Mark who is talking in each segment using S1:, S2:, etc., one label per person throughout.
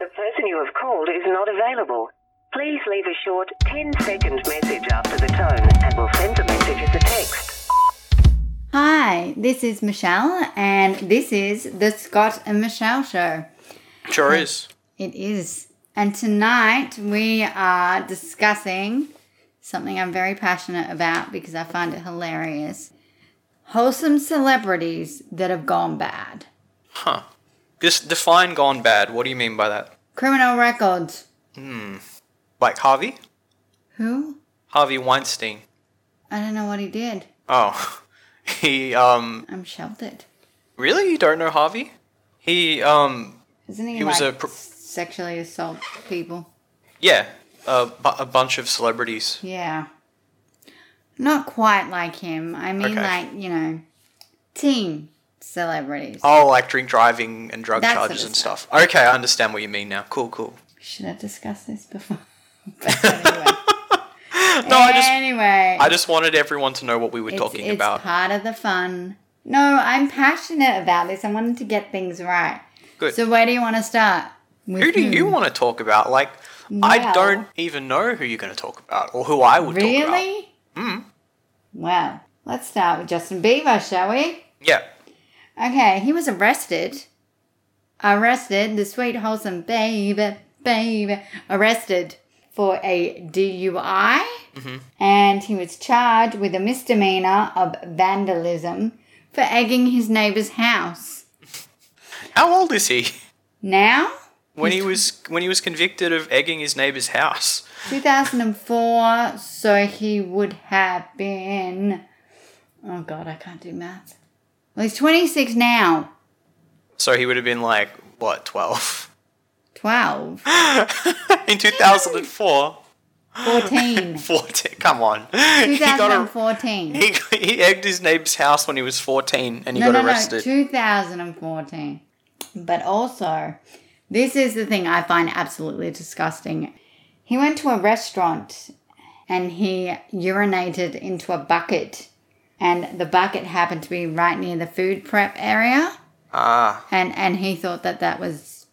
S1: person you have called is not available. Please leave a short 10 second message after the tone and we'll send the message as a text.
S2: Hi, this is Michelle, and this is the Scott and Michelle Show.
S3: Sure is.
S2: It is. And tonight we are discussing something I'm very passionate about because I find it hilarious wholesome celebrities that have gone bad,
S3: Huh. Just define gone bad. What do you mean by that?
S2: criminal records.
S3: Like Harvey?
S2: Who?
S3: Harvey Weinstein.
S2: I don't know what he did.
S3: Oh. He, um,
S2: I'm sheltered.
S3: really? You don't know Harvey? He, um,
S2: Isn't he,
S3: He
S2: like
S3: was a pro-
S2: sexually assault people?
S3: yeah. A, bu- a bunch of celebrities.
S2: Yeah. Not quite like him. I mean,
S3: Okay.
S2: like, you know, teen celebrities.
S3: Oh, like drink driving and drug
S2: That sort
S3: charges
S2: of
S3: and stuff. Okay, I understand what you mean now. Cool, cool.
S2: Should I discuss this before? But anyway.
S3: No, I just,
S2: anyway,
S3: I just wanted everyone to know what we were
S2: it's,
S3: talking
S2: it's
S3: about.
S2: part of the fun. No, I'm passionate about this. I wanted to get things right.
S3: Good.
S2: So where do you want to start? With
S3: who do you want to talk about? Like, I
S2: Hmm. Well-
S3: don't even know who you're going to talk about or who I would talk about.
S2: Really? Hmm. Well, let's start with Justin Bieber, shall we?
S3: Yeah.
S2: Okay, he was arrested. Arrested, the sweet wholesome baby, baby, arrested for a DUI.
S3: Mm-hmm.
S2: And he was charged with a misdemeanor of vandalism for egging his neighbor's house.
S3: How old is he?
S2: Now,
S3: when he was when he was convicted of egging his neighbor's house.
S2: 2004, so he would have been. Oh god, I can't do math. Well, he's 26 now.
S3: So he would have been like what, 12
S2: 12,
S3: in 2004,
S2: 14,
S3: 14. Come on. He got a,
S2: 2014.
S3: he, he egged his neighbor's house when he was 14 and he got arrested.
S2: No, 2014. But also, this is the thing I find absolutely disgusting. He went to a restaurant and he urinated into a bucket, and the bucket happened to be right near the food prep area,
S3: ah,
S2: and and he thought that that was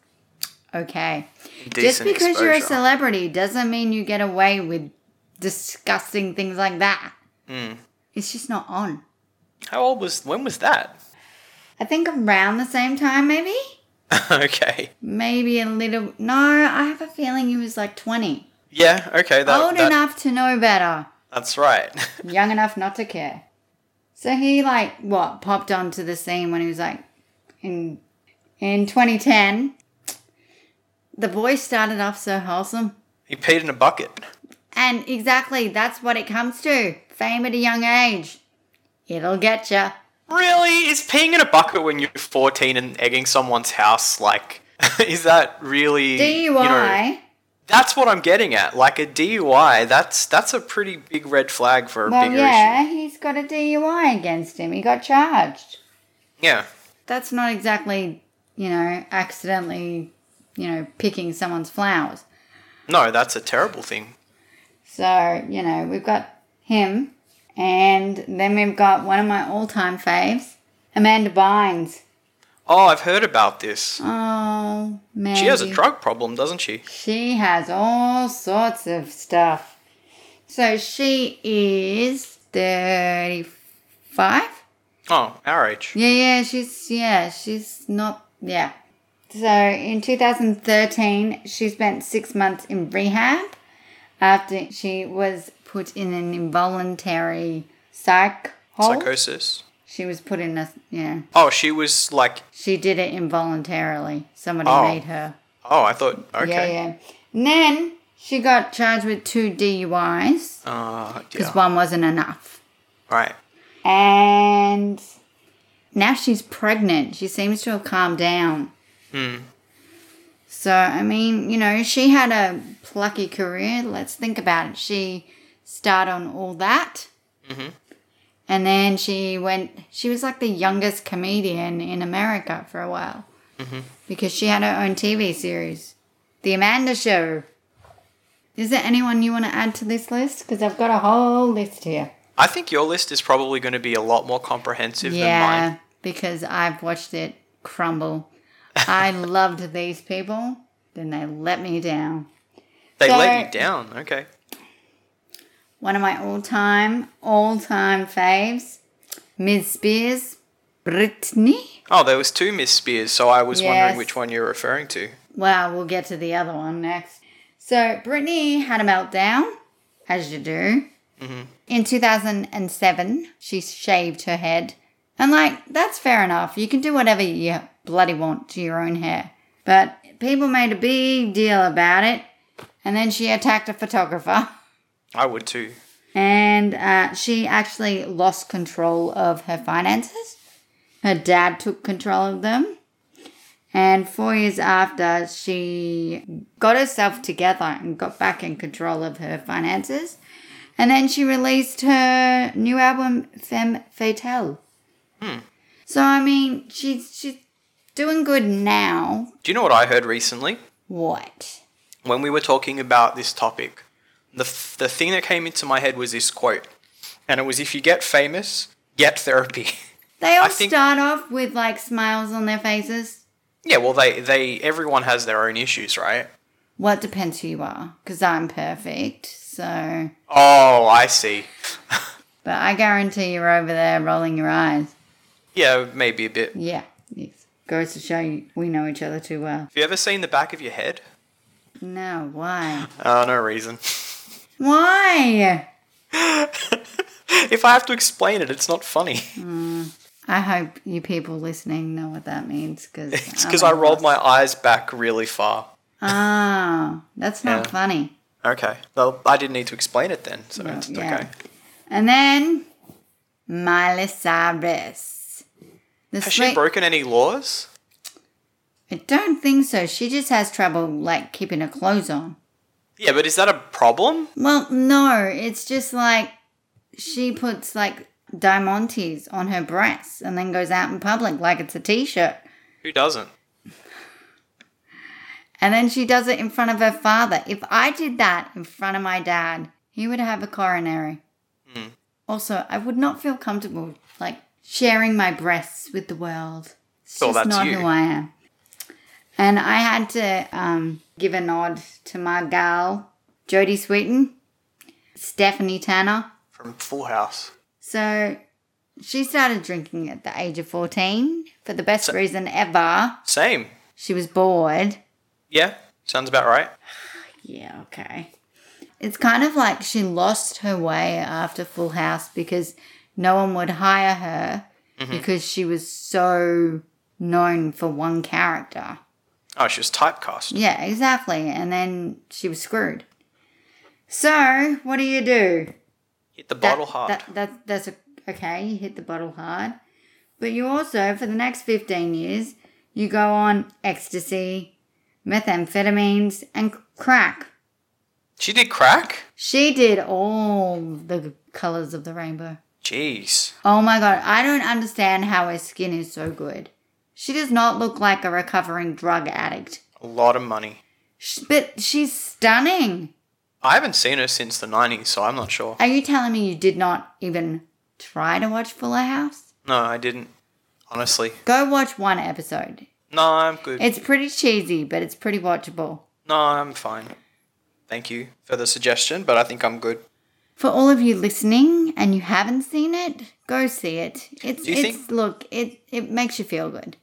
S2: okay.
S3: decent
S2: Just because
S3: exposure.
S2: you're a celebrity doesn't mean you get away with disgusting things like that.
S3: Hmm.
S2: It's just not on.
S3: How old was when was that?
S2: I think around the same time, maybe.
S3: okay.
S2: Maybe a little. No, I have a feeling he was like 20.
S3: Yeah, okay, that,
S2: Old
S3: that-
S2: enough to know better,
S3: that's right.
S2: young enough not to care. So he, like, what, popped onto the scene when he was like in, in 2010. The boy started off so wholesome.
S3: he peed in a bucket.
S2: And exactly, that's what it comes to fame at a young age. It'll get you.
S3: Really? Is peeing in a bucket when you're 14 and egging someone's house like is that really
S2: DUI.
S3: you know, That's what I'm getting at. Like a DUI, that's that's a pretty big red flag for a
S2: well,
S3: bigger
S2: yeah, he's got a DUI against him. He got charged.
S3: issue. Yeah.
S2: that's not exactly, you know, accidentally, you know, picking someone's flowers.
S3: No, that's a terrible thing.
S2: So, you know, we've got him and then we've got one of my all-time faves, Amanda Bynes.
S3: Oh, I've heard about this.
S2: Oh, man.
S3: She has a drug problem, doesn't she?
S2: She has all sorts of stuff. So she is 35.
S3: Oh, our age.
S2: Yeah, yeah, she's yeah, she's not yeah. So in 2013, she spent six months in rehab after she was put in an involuntary psych hole.
S3: Psychosis.
S2: She was put in a yeah.
S3: Oh, she was like.
S2: She did it involuntarily. Somebody
S3: Oh,
S2: made her.
S3: Oh, I thought. Okay.
S2: Yeah, yeah. And then she got charged with two DUIs
S3: Oh, dear.
S2: because one wasn't enough.
S3: Right.
S2: And now she's pregnant. She seems to have calmed down. Hmm. So, I mean, you know, she had a plucky career. Let's think about it. She started on all that. Mm-hmm. And then she went, she was like the youngest comedian in America for a while mm-hmm. because she had her own TV series, The Amanda Show. Is there anyone you want to add to this list? Because I've got a whole list here.
S3: I think your list is probably going to be a lot more comprehensive
S2: Yeah,
S3: than mine.
S2: because I've watched it crumble. I loved these people. Then they let me down.
S3: They
S2: So-
S3: let you down. Okay.
S2: One of my all time, all time faves, Ms. Spears, Britney.
S3: Oh, there was two Miss Spears, so I was
S2: Yes.
S3: wondering which one you're referring to.
S2: Well, we'll get to the other one next. So, Britney had a meltdown, as you do. In 2007, she shaved her head. And, like, that's fair enough. You can do whatever you bloody want to your own hair. But people made a big deal about it. And then she attacked a photographer.
S3: I would too.
S2: and uh, she actually lost control of her finances. Her dad took control of them. And four years after, she got herself together and got back in control of her finances. And then she released her new album, Femme Fatale. So, I mean, she's, she's doing good now.
S3: Do you know what I heard recently?
S2: What?
S3: when we were talking about this topic, the, f- the thing that came into my head was this quote. And it was if you get famous, get therapy.
S2: They all
S3: think-
S2: start off with like smiles on their faces.
S3: yeah, well they, they everyone has their own issues, right?
S2: Well, it depends who you are, because I'm perfect. So,
S3: Oh, I see.
S2: but I guarantee you're over there rolling your eyes.
S3: Yeah, maybe a bit. Have
S2: Yeah, yes. goes to show you we know each other too well.
S3: you ever seen the back of your head?
S2: No, why?
S3: Oh, no reason.
S2: Why?
S3: if I have to explain it, it's not funny.
S2: I hope you people listening know what that means, because
S3: It's because I rolled my eyes back really far.
S2: Oh, that's not
S3: Yeah.
S2: funny.
S3: Okay. Well, I didn't need to explain it then, so it's
S2: yeah.
S3: okay.
S2: And then Miley Cyrus. The
S3: Has
S2: sweet-
S3: she broken any laws?
S2: I don't think so. She just has trouble like keeping her clothes on.
S3: Yeah, but is that a problem?
S2: Well, no, it's just like she puts like diamantes on her breasts and then goes out in public like it's a t-shirt.
S3: Who doesn't?
S2: And then she does it in front of her father. If I did that in front of my dad, he would have a coronary.
S3: Hmm.
S2: Also, I would not feel comfortable like sharing my breasts with the world. It's
S3: Well,
S2: just
S3: that's
S2: not
S3: you.
S2: who I am. And I had to um, give a nod to my gal, Jodie Sweetin, Stephanie Tanner.
S3: From Full House.
S2: So she started drinking at the age of 14 for the best reason ever.
S3: Same.
S2: She was bored.
S3: Yeah, sounds about right.
S2: Yeah, okay. It's kind of like she lost her way after Full House because no one would hire her because she was so known for one character.
S3: Oh, she was typecast.
S2: Yeah, exactly. And then she was screwed. So, what do you do?
S3: Hit the
S2: that-
S3: bottle hard.
S2: That, that, that's a, okay. You hit the bottle hard, but you also, for the next fifteen years, you go on ecstasy, methamphetamines, and crack.
S3: she did crack?
S2: She did all the colors of the rainbow.
S3: Jeez.
S2: Oh my god, I don't understand how her skin is so good. She does not look like a recovering drug addict,
S3: A lot of money.
S2: Sh but she's stunning.
S3: I haven't seen her since the 90s, so I'm not sure.
S2: Are you telling me you did not even try to watch Fuller House?
S3: No, I didn't. Honestly.
S2: Go watch one episode.
S3: No, I'm good.
S2: It's pretty cheesy, but it's pretty watchable.
S3: no, I'm fine. Thank you for the suggestion, but I think I'm good.
S2: For all of you listening and you haven't seen it, go see it. It's
S3: Do you
S2: it's
S3: think-
S2: look, it it makes you feel good.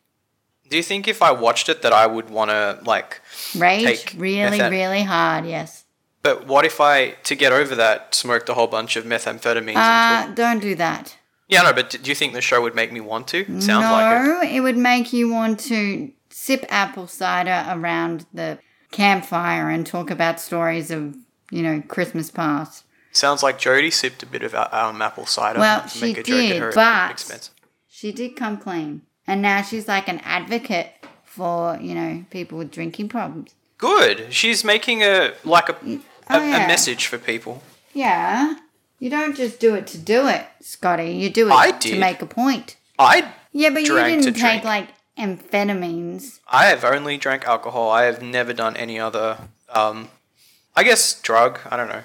S3: Do you think if I watched it that I would want to, like.
S2: Rage
S3: Take
S2: really,
S3: methan-
S2: really hard, yes.
S3: But what if I, to get over that, smoked a whole bunch of methamphetamines? and took-
S2: Uh don't do that.
S3: yeah, no, but d- do you think the show would make me want to? Sounds
S2: no,
S3: like it.
S2: it would make you want to sip apple cider around the campfire and talk about stories of, you know, Christmas past.
S3: Sounds like Jodie sipped a bit of uh, um, apple cider
S2: Well,
S3: to
S2: she
S3: make a joke
S2: did,
S3: at her
S2: but-
S3: expense.
S2: She did come clean. And now she's like an advocate for, you know, people with drinking problems.
S3: Good. She's making a like a a,
S2: Oh, yeah.
S3: a message for people.
S2: Yeah. You don't just do it to do it, Scotty. You do it
S3: I
S2: to
S3: did.
S2: make a point.
S3: I
S2: Yeah, but you
S3: Drank
S2: didn't
S3: to
S2: take
S3: drink.
S2: like amphetamines.
S3: I have only drank alcohol. I have never done any other um I guess drug, I don't know.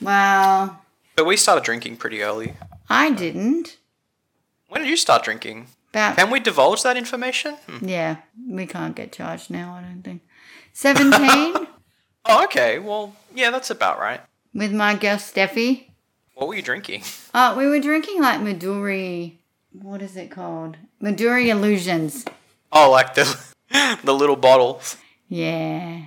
S2: Well,
S3: But we started drinking pretty early.
S2: I didn't.
S3: When did you start drinking?
S2: About
S3: Can we divulge that information? Hmm.
S2: yeah, we can't get charged now. I don't think seventeen
S3: Oh, okay. Well, yeah, that's about right.
S2: with my girl Steffi.
S3: What were you drinking?
S2: Oh, we were drinking like Maduri. What is it called? Maduri Illusions.
S3: Oh, like the the little bottles.
S2: Yeah.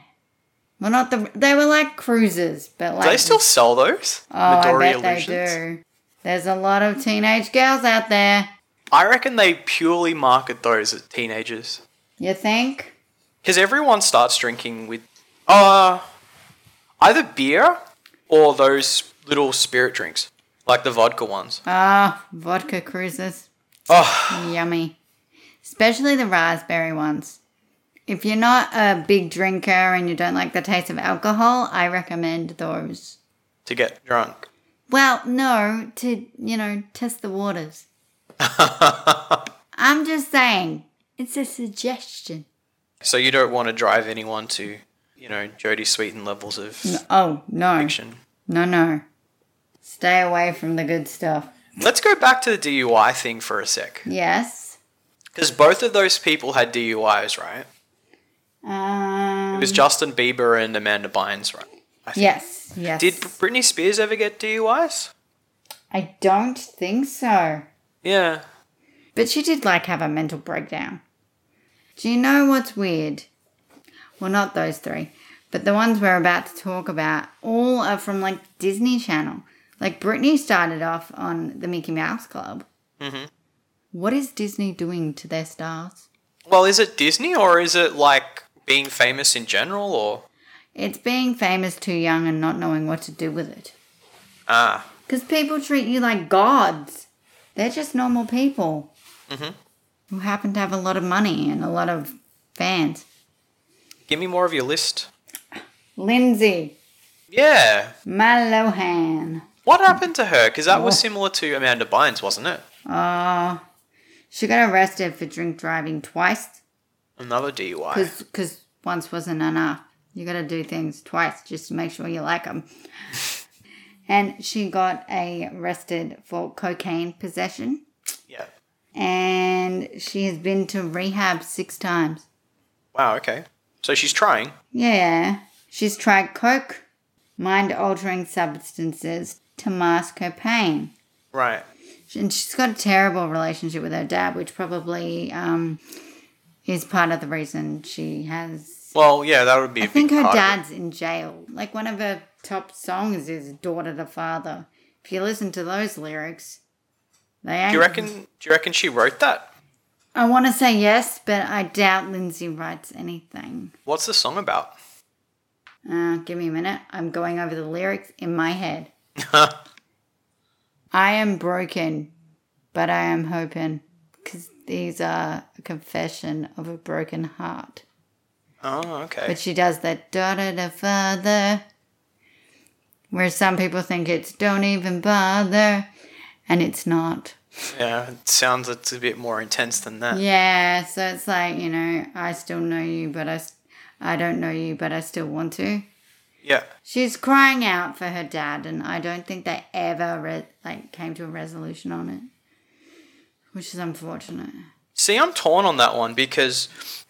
S2: Well, not the. They were like cruises, but like.
S3: Do they still sell those?
S2: Oh, I bet they do. There's a lot of teenage girls out there.
S3: I reckon they purely market those at teenagers.
S2: You think?
S3: Because everyone starts drinking with uh, either beer or those little spirit drinks, like the vodka ones.
S2: Ah, vodka cruises.
S3: Oh,
S2: Yummy. Especially the raspberry ones. If you're not a big drinker and you don't like the taste of alcohol, I recommend those.
S3: to get drunk.
S2: Well, no, to, you know, test the waters. I'm just saying, it's a suggestion.
S3: So you don't want to drive anyone to, you know, Jody Sweeten levels of
S2: Oh, no.
S3: action.
S2: No, no. Stay away from the good stuff.
S3: Let's go back to the DUI thing for a sec.
S2: Yes.
S3: Because both of those people had DUIs, right? It
S2: Um,
S3: was Justin Bieber and Amanda Bynes, right? I think.
S2: yes, yes.
S3: Did Britney Spears ever get DUIs?
S2: I don't think so.
S3: Yeah.
S2: But she did like have a mental breakdown. Do you know what's weird? Well, not those three, but the ones we're about to talk about all are from like Disney Channel. Like Britney started off on the Mickey Mouse Club.
S3: Mhm.
S2: What is Disney doing to their stars?
S3: Well, is it Disney or is it like being famous in general or
S2: It's being famous too young and not knowing what to do with it.
S3: ah,
S2: Because people treat you like gods. They're just normal people who happen to have a lot of money and a lot of fans.
S3: give me more of your list.
S2: Lindsay
S3: Yeah.
S2: Malohan.
S3: What happened to her? Cuz that was similar to Amanda Bynes, wasn't it?
S2: Oh, she got arrested for drink driving twice
S3: Another DUI.
S2: because once wasn't enough. You got to do things twice just to make sure you like them. and she got a- arrested for cocaine possession.
S3: Yeah.
S2: And she has been to rehab six times.
S3: Wow, okay. So she's trying.
S2: Yeah. She's tried coke, mind altering substances to mask her pain.
S3: Right.
S2: And she's got a terrible relationship with her dad, which probably um, is part of the reason she has.
S3: Well, yeah, that would be a
S2: I think
S3: big
S2: her
S3: part of it.
S2: dad's in jail. Like one of her top songs is Daughter to Father. If you listen to those lyrics, they ain't.
S3: Do you reckon do you reckon she wrote that?
S2: I want to say yes, but I doubt Lindsay writes anything.
S3: What's the song about?
S2: Uh, give me a minute. I'm going over the lyrics in my head. I am broken, but I am hoping. Because these are a confession of a broken heart.
S3: oh, okay.
S2: But she does that da da da father. Where some people think it's don't even bother. And it's not.
S3: Yeah, it sounds it's a bit more intense than that.
S2: Yeah, so it's like, you know, I still know you, but I, s- I don't know you, but I still want to.
S3: Yeah.
S2: She's crying out for her dad, and I don't think they ever re- like came to a resolution on it, which is unfortunate.
S3: See, I'm torn on that one because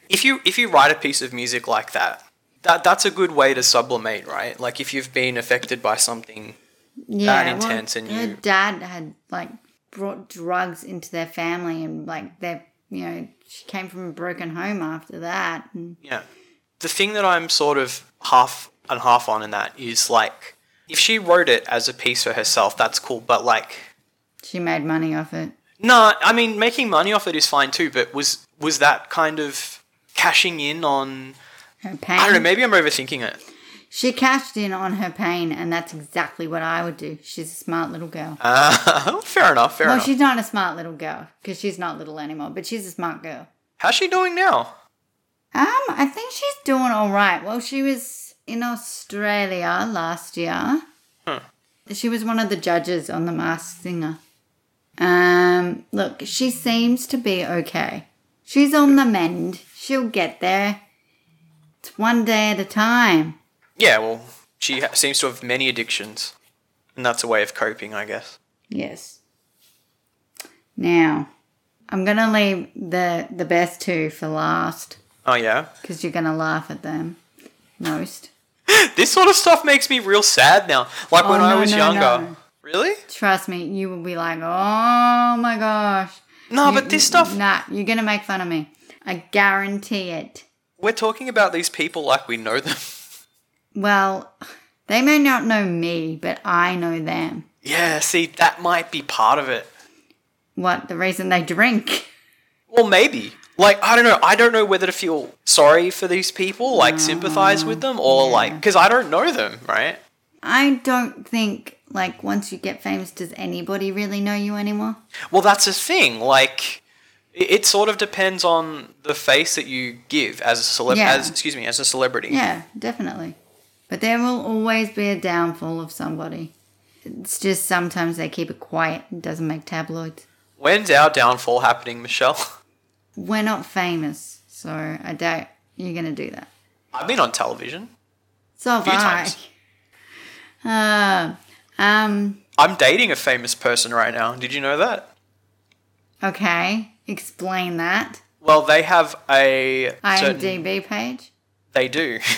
S3: if you if you write a piece of music like that, that that's a good way to sublimate, right? Like if you've been affected by something,
S2: Yeah,
S3: intense and
S2: her
S3: you-
S2: dad had like brought drugs into their family, and like they, you know, she came from a broken home after that. And
S3: yeah. The thing that I'm sort of half and half on in that is like if she wrote it as a piece for herself, that's cool, but like
S2: she made money off it.
S3: Nah, I mean making money off it is fine too, but was was that kind of cashing in on
S2: Her pain.
S3: I don't know, maybe I'm overthinking it.
S2: She cashed in on her pain, and that's exactly what I would do. She's a smart little girl.
S3: Uh, fair enough, fair
S2: well,
S3: enough.
S2: she's not a smart little girl because she's not little anymore, but she's a smart girl.
S3: How's she doing now?
S2: Um, I think she's doing all right. Well, she was in Australia last year.
S3: Huh.
S2: She was one of the judges on The Masked Singer. Um, look, she seems to be okay. She's on the mend. She'll get there. It's one day at a time.
S3: Yeah, well, she ha- seems to have many addictions, and that's a way of coping, I guess.
S2: Yes. Now, I'm gonna leave the the best two for last
S3: Oh yeah.
S2: because you're gonna laugh at them most.
S3: This sort of stuff makes me real sad now. Like when
S2: Oh,
S3: I
S2: no,
S3: was
S2: no,
S3: younger.
S2: no.
S3: Really?
S2: Trust me, you will be like, oh my gosh.
S3: No,
S2: You-
S3: but this stuff
S2: Nah, you're gonna make fun of me. I guarantee it.
S3: we're talking about these people like we know them.
S2: Well, they may not know me, but I know them.
S3: yeah, see, that might be part of it.
S2: What the reason they drink?
S3: Well, maybe. Like I don't know. I don't know whether to feel sorry for these people, like sympathize
S2: Mm,
S3: with them, or like because I don't know them, right?
S2: I don't think like once you get famous, does anybody really know you anymore?
S3: Well, that's a thing. Like it, it sort of depends on the face that you give as a celeb.
S2: Yeah.
S3: As excuse me, as a celebrity.
S2: Yeah, definitely. But there will always be a downfall of somebody. It's just sometimes they keep it quiet. It doesn't make tabloids.
S3: When's our downfall happening, Michelle?
S2: We're not famous, so I doubt you're gonna do that.
S3: I've been on television.
S2: So have
S3: Few
S2: I.
S3: times.
S2: Uh, um.
S3: I'm dating a famous person right now. Did you know that?
S2: Okay. Explain that.
S3: Well, they have a certain-
S2: IMDb page.
S3: They do,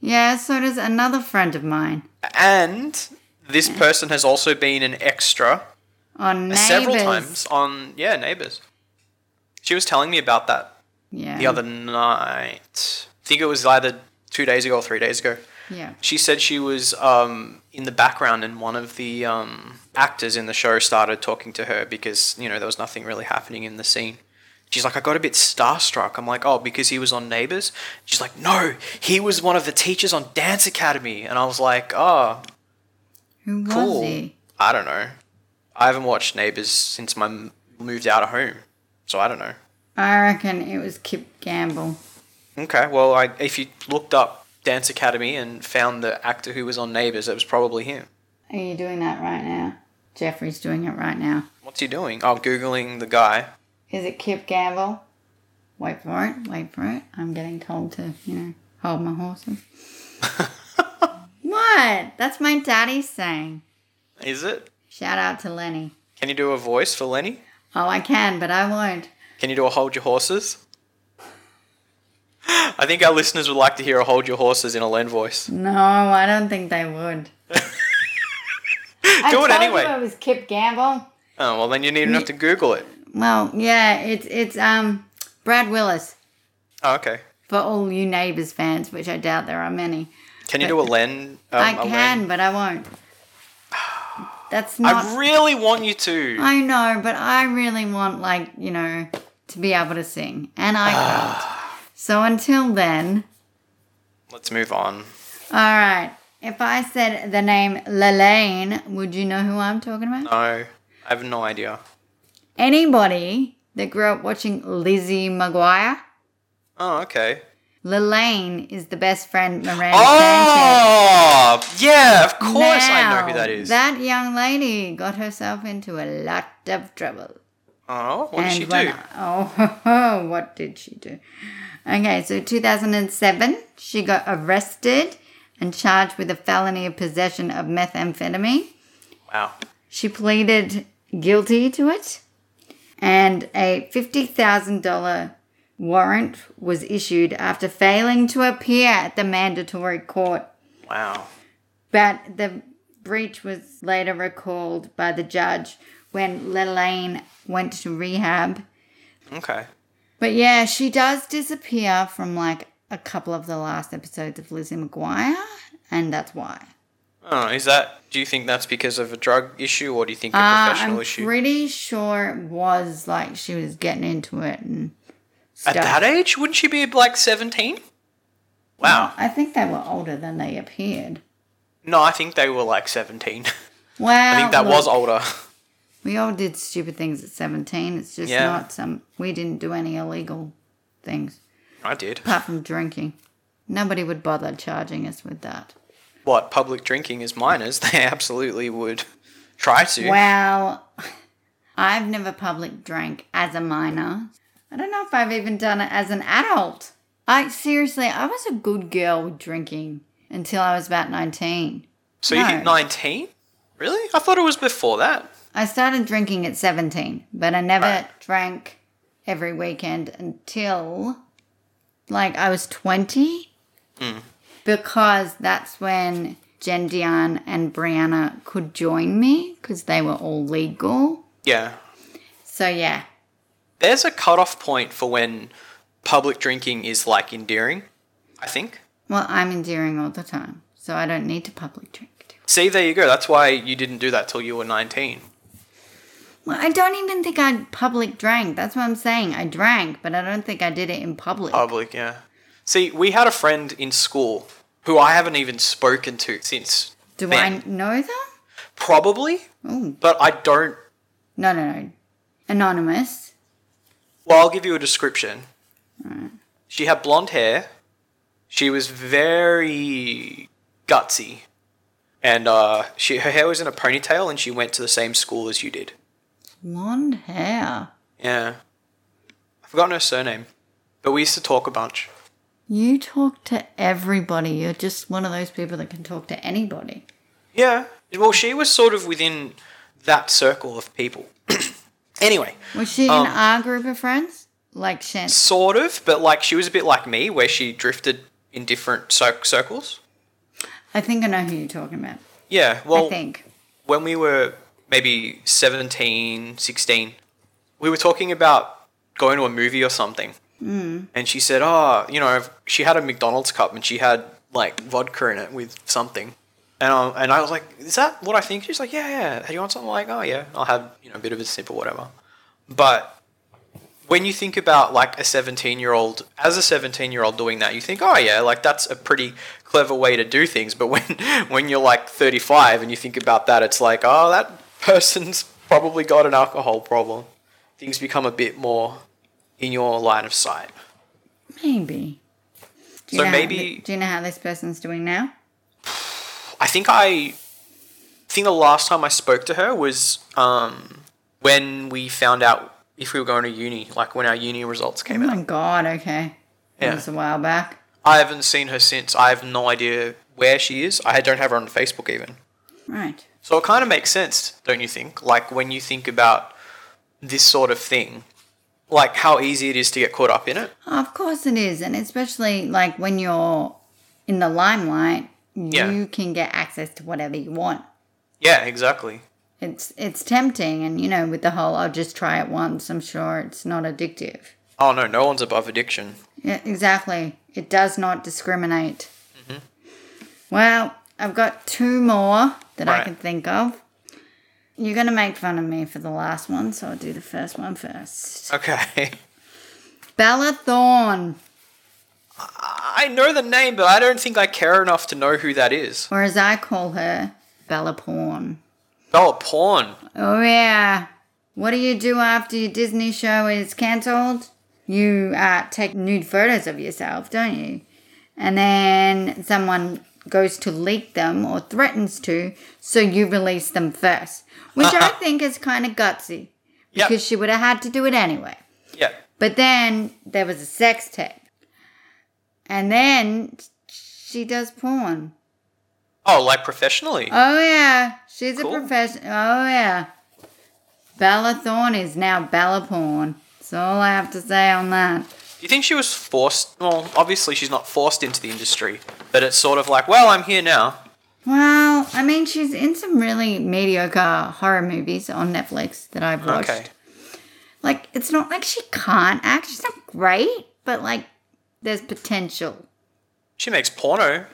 S2: Yeah, so does another friend of mine
S3: and this person has also been an extra
S2: on neighbors.
S3: Uh, several times on yeah neighbors she was telling me about that
S2: Yeah.
S3: the other night i think it was either two days ago or three days ago
S2: Yeah.
S3: she said she was um, in the background and one of the um, actors in the show started talking to her because you know there was nothing really happening in the scene she's like i got a bit starstruck i'm like oh because he was on neighbors she's like no he was one of the teachers on dance academy and i was like oh
S2: Who was
S3: cool.
S2: he?
S3: I don't know. I haven't watched Neighbours since my m- moved out of home, so I don't know.
S2: I reckon it was Kip Gamble.
S3: Okay, well, I, if you looked up Dance Academy and found the actor who was on Neighbours, it was probably him.
S2: Are you doing that right now? Jeffrey's doing it right now.
S3: What's he doing? Oh, googling the guy.
S2: Is it Kip Gamble? Wait for it. Wait for it. I'm getting told to, you know, hold my horses. what? That's my daddy saying.
S3: Is it?
S2: Shout out to Lenny.
S3: Can you do a voice for Lenny?
S2: Oh, I can, but I won't.
S3: Can you do a hold your horses? I think our listeners would like to hear a hold your horses in a Len voice.
S2: No, I don't think they would. I
S3: Do it
S2: told
S3: anyway.
S2: You it was Kip Gamble.
S3: Oh, well, then you needn't have to Google it.
S2: Well, yeah, it's it's um Brad Willis
S3: Oh, okay.
S2: for all you neighbors fans, which I doubt there are many.
S3: Can you do a Len? Um,
S2: I
S3: a Len?
S2: can, but I won't. That's not.
S3: I really want you to.
S2: I know, but I really want, like, you know, to be able to sing, and I can't. So until then,
S3: Let's move on.
S2: all right. If I said the name Lelaine, would you know who I'm talking about?
S3: No, I have no idea.
S2: Anybody that grew up watching Lizzie McGuire,
S3: Oh, okay.
S2: Lelaine is the best friend Miranda Sanchez.
S3: Oh, yeah, of course I know who
S2: Now,
S3: that is.
S2: That young lady got herself into a lot of trouble.
S3: oh, what did she
S2: when-
S3: do?
S2: oh, what did she do? Okay, so 2007, she got arrested and charged with a felony of possession of methamphetamine.
S3: Wow.
S2: She pleaded guilty to it, and a $50,000 warrant was issued after failing to appear at the mandatory court
S3: Wow.
S2: but the breach was later recalled by the judge when Lelaine went to rehab.
S3: Okay.
S2: But yeah, she does disappear from like a couple of the last episodes of Lizzie McGuire, and that's why.
S3: Oh, is that? Do you think that's because of a drug issue, or do you think a
S2: Uh,
S3: professional
S2: I'm
S3: issue?
S2: pretty sure it was like she was getting into it and
S3: At
S2: stuff.
S3: that age, wouldn't she be like seventeen? Wow.
S2: I think they were older than they appeared.
S3: No, I think they were like seventeen.
S2: Well,
S3: I think that was older.
S2: We all did stupid things at 17. It's just
S3: Yeah.
S2: not some. We didn't do any illegal things.
S3: I did.
S2: apart from drinking. Nobody would bother charging us with that.
S3: What public drinking is minors? They absolutely would try to.
S2: Well, I've never public drank as a minor. I don't know if I've even done it as an adult. I seriously, I was a good girl with drinking until I was about 19.
S3: so you
S2: no.
S3: hit nineteen? Really? I thought it was before that.
S2: I started drinking at 17, but I never
S3: Right.
S2: drank every weekend until like I was 20. Because that's when Jen Dion and Brianna could join me because they were all legal.
S3: Yeah.
S2: So, yeah.
S3: There's a cutoff point for when public drinking is like endearing, I think.
S2: Well, I'm endearing all the time, so I don't need to public drink.
S3: See, there you go. That's why you didn't do that till you were 19.
S2: Well, I don't even think I public drank. That's what I'm saying. I drank, but I don't think I did it in public.
S3: Public, yeah. See, we had a friend in school who I haven't even spoken to since.
S2: Do
S3: then.
S2: I know them?
S3: Probably, but I don't.
S2: No, no, no. Anonymous.
S3: Well, I'll give you a description. She had blonde hair. She was very gutsy, and uh, she her hair was in a ponytail, and she went to the same school as you did.
S2: Blonde hair.
S3: Yeah, I've forgotten her surname, but we used to talk a bunch.
S2: You talk to everybody. You're just one of those people that can talk to anybody.
S3: Yeah. Well, she was sort of within that circle of people. anyway,
S2: Was she
S3: Um,
S2: in our group of friends? Like Shen.
S3: sort of, but like she was a bit like me, where she drifted in different cir- circles.
S2: I think I know who you're talking about.
S3: Yeah. Well,
S2: I think.
S3: when we were maybe 17, 16, we were talking about going to a movie or something. Mm. And she said, Oh, you know, she had a McDonald's cup and she had like vodka in it with something. And I, and I was like, Is that what I think? She's like, Yeah, yeah. Do you want something? I'm like, oh, yeah. I'll have, you know, a bit of a sip or whatever. But when you think about like a 17 year old, as a 17 year old doing that, you think, oh yeah, like that's a pretty clever way to do things. But when, when you're like 35 and you think about that, it's like, oh, that person's probably got an alcohol problem. Things become a bit more in your line of sight.
S2: Maybe. Do you know
S3: So
S2: how-
S3: maybe-
S2: do you know how this person's doing now?
S3: I think I think the last time I spoke to her was um, when we found out if we were going to uni, like when our uni results came
S2: Oh
S3: out.
S2: my god, okay. That
S3: Yeah.
S2: was a while back.
S3: I haven't seen her since. I have no idea where she is. I don't have her on Facebook even.
S2: Right.
S3: So it kind of makes sense, don't you think? Like when you think about this sort of thing, like how easy it is to get caught up in it.
S2: Oh, Of course it is, and especially like when you're in the limelight,
S3: Yeah.
S2: you can get access to whatever you want.
S3: Yeah, exactly.
S2: It's it's tempting, and you know, with the whole "I'll just try it once," I'm sure it's not addictive.
S3: Oh no, no one's above addiction.
S2: Yeah, exactly. It does not discriminate.
S3: Mm-hmm.
S2: Well, I've got two more that I
S3: Right.
S2: can think of. You're gonna make fun of me for the last one, so I'll do the first one first.
S3: Okay.
S2: Bella Thorne,
S3: I know the name, but I don't think I care enough to know who that is.
S2: or as I call her, Bella Porn.
S3: Oh, porn.
S2: Oh, yeah. What do you do after your Disney show is cancelled? You uh, take nude photos of yourself, don't you? And then someone goes to leak them or threatens to, so you release them first, which I think is kind of gutsy
S3: Yep.
S2: because she would have had to do it anyway.
S3: Yeah.
S2: But then there was a sex tape. And then she does porn.
S3: Oh, like professionally.
S2: Oh yeah, she's
S3: Cool.
S2: a professional. Oh yeah, Bella Thorne is now Bella Porn. That's all I have to say on that.
S3: Do you think she was forced? Well, obviously she's not forced into the industry, but it's sort of like, well, I'm here now.
S2: Well, I mean, she's in some really mediocre horror movies on Netflix that I've watched.
S3: Okay.
S2: Like, it's not like she can't act. She's not great, but like, there's potential.
S3: She makes porno.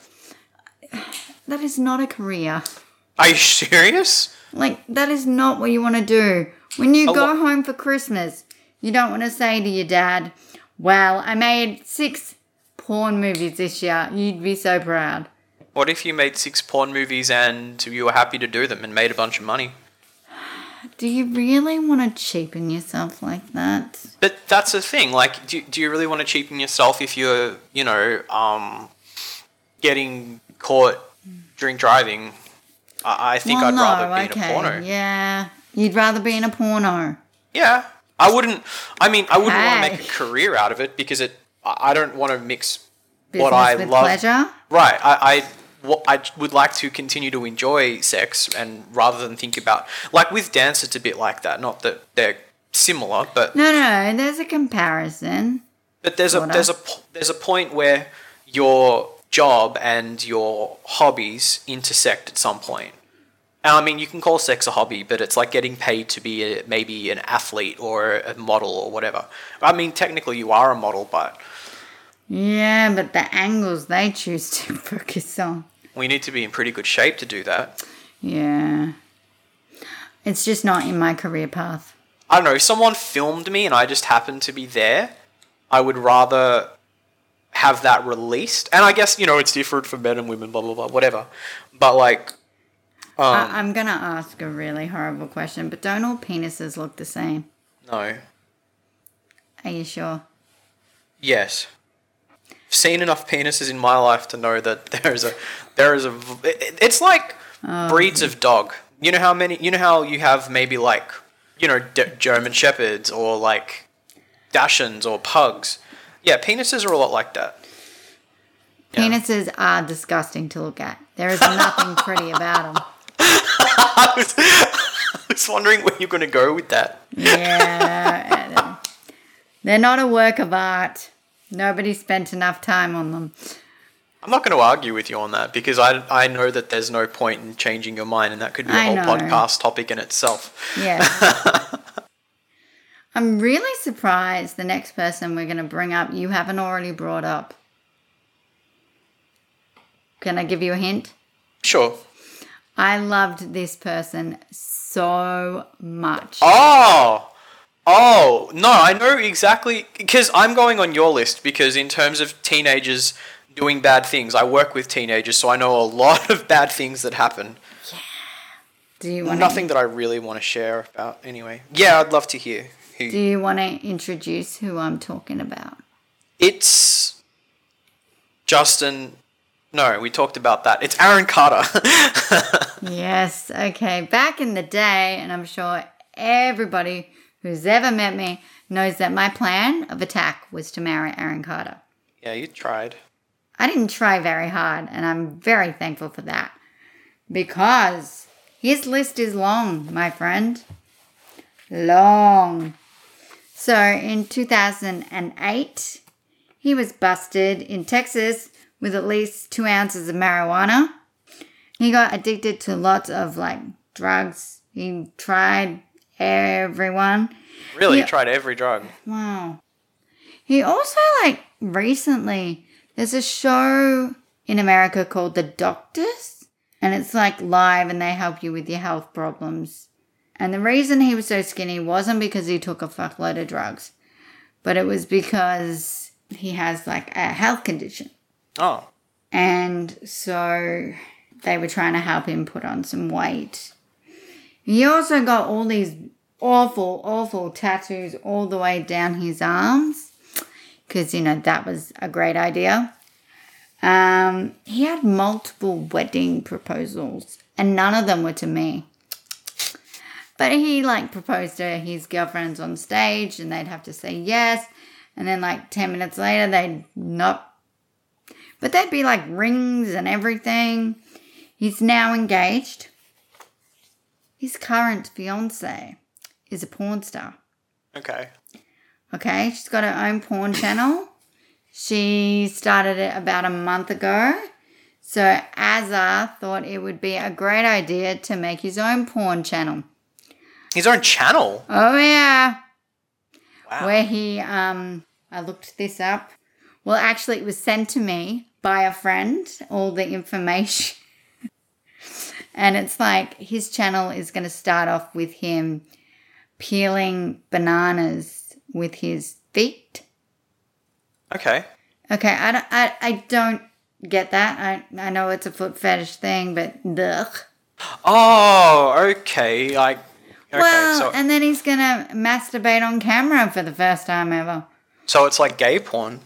S2: That is not a career.
S3: Are you serious?
S2: Like, that is not what you want to do. When you
S3: A
S2: go
S3: lo-
S2: home for Christmas, you don't want to say to your dad, Well, I made six porn movies this year. You'd be so proud.
S3: What if you made six porn movies and you were happy to do them and made a bunch of money?
S2: Do you really want to cheapen yourself like that?
S3: But that's the thing. Like, do, do you really want to cheapen yourself if you're, you know, um, getting caught drink driving? I, I think I'd rather be in a porno. Yeah.
S2: Yeah. You'd rather be in a porno.
S3: I wouldn't. I mean, I wouldn't want to make
S2: Hey.
S3: a career out of it because it. I I don't want to mix
S2: Business
S3: what I
S2: with
S3: love.
S2: pleasure.
S3: Right. I, I what I would like to continue to enjoy sex and rather than think about like with dance it's a bit like that not that they're similar but
S2: No, no, there's a comparison.
S3: but there's a
S2: Sorta.
S3: there's a po- there's a point where your job and your hobbies intersect at some point. And I mean, you can call sex a hobby, but it's like getting paid to be a, maybe an athlete or a model or whatever. I mean, technically you are a model, but
S2: Yeah, but the angles they choose to focus on.
S3: we need to be in pretty good shape to do that.
S2: Yeah. It's just not in my career path.
S3: I don't know, if someone filmed me and I just happened to be there, I would rather have that released. And I guess, you know, it's different for men and women, blah, blah, blah, whatever. But like,
S2: I, I'm going to ask a really horrible question, but don't all penises look the same?
S3: no.
S2: Are you sure?
S3: Yes. I've seen enough penises in my life to know that there is a there is a v- it- it's like breeds of dog. You know how many you know how you have maybe like you know D- German shepherds or like dachshunds or pugs. Yeah, penises are a lot like that. Yeah.
S2: Penises are disgusting to look at. There is nothing pretty about them.
S3: I was, I was wondering where you're going to go with that.
S2: Yeah. Adam. They're not a work of art. Nobody spent enough time on them.
S3: I'm not going to argue with you on that because I, I know that there's no point in changing your mind, and that could be a
S2: I
S3: whole
S2: know.
S3: podcast topic in itself.
S2: Yeah. I'm really surprised the next person we're going to bring up you haven't already brought up. Can I give you a hint?
S3: Sure.
S2: I loved this person so much.
S3: Oh, oh no! I know exactly because I'm going on your list because in terms of teenagers doing bad things, I work with teenagers, so I know a lot of bad things that happen.
S2: Do you want
S3: Nothing that I really want to share about, anyway. Yeah, I'd love to hear. Who
S2: Do you want to introduce who I'm talking about?
S3: It's Justin. No, we talked about that. It's Aaron Carter.
S2: Yes. Okay. Back in the day, and I'm sure everybody who's ever met me knows that my plan of attack was to marry Aaron Carter.
S3: yeah, you tried.
S2: I didn't try very hard, and I'm very thankful for that because his list is long, my friend. Long. So in 2008, he was busted in Texas with at least two ounces of marijuana. He got addicted to lots of like drugs. He tried everyone.
S3: Really,
S2: Yeah.
S3: you tried every drug.
S2: Wow. He also like recently there's a show in America called The Doctors and it's like live and they help you with your health problems. And the reason he was so skinny wasn't because he took a fuckload of drugs, but it was because he has like a health condition.
S3: Oh,
S2: And so they were trying to help him put on some weight. He also got all these awful, awful tattoos all the way down his arms because, you know, that was a great idea. Um, he had multiple wedding proposals and none of them were to me. But he like proposed to his girlfriends on stage and they'd have to say yes. And then like 10 minutes later, they'd not but they'd be like rings and everything. He's now engaged. His current fiance is a porn star.
S3: okay.
S2: Okay, she's got her own porn channel. She started it about a month ago. So Azar thought it would be a great idea to make his own porn channel.
S3: His own channel.
S2: Oh yeah.
S3: Wow.
S2: Where he um I looked this up. Well, actually it was sent to me by a friend, all the information. and it's like his channel is going to start off with him peeling bananas with his feet.
S3: Okay.
S2: Okay, I don't, I, I don't get that. I I know it's a foot fetish thing, but ugh.
S3: Oh, okay. I. Okay,
S2: well,
S3: so
S2: and then he's gonna masturbate on camera for the first time ever.
S3: so it's like gay porn.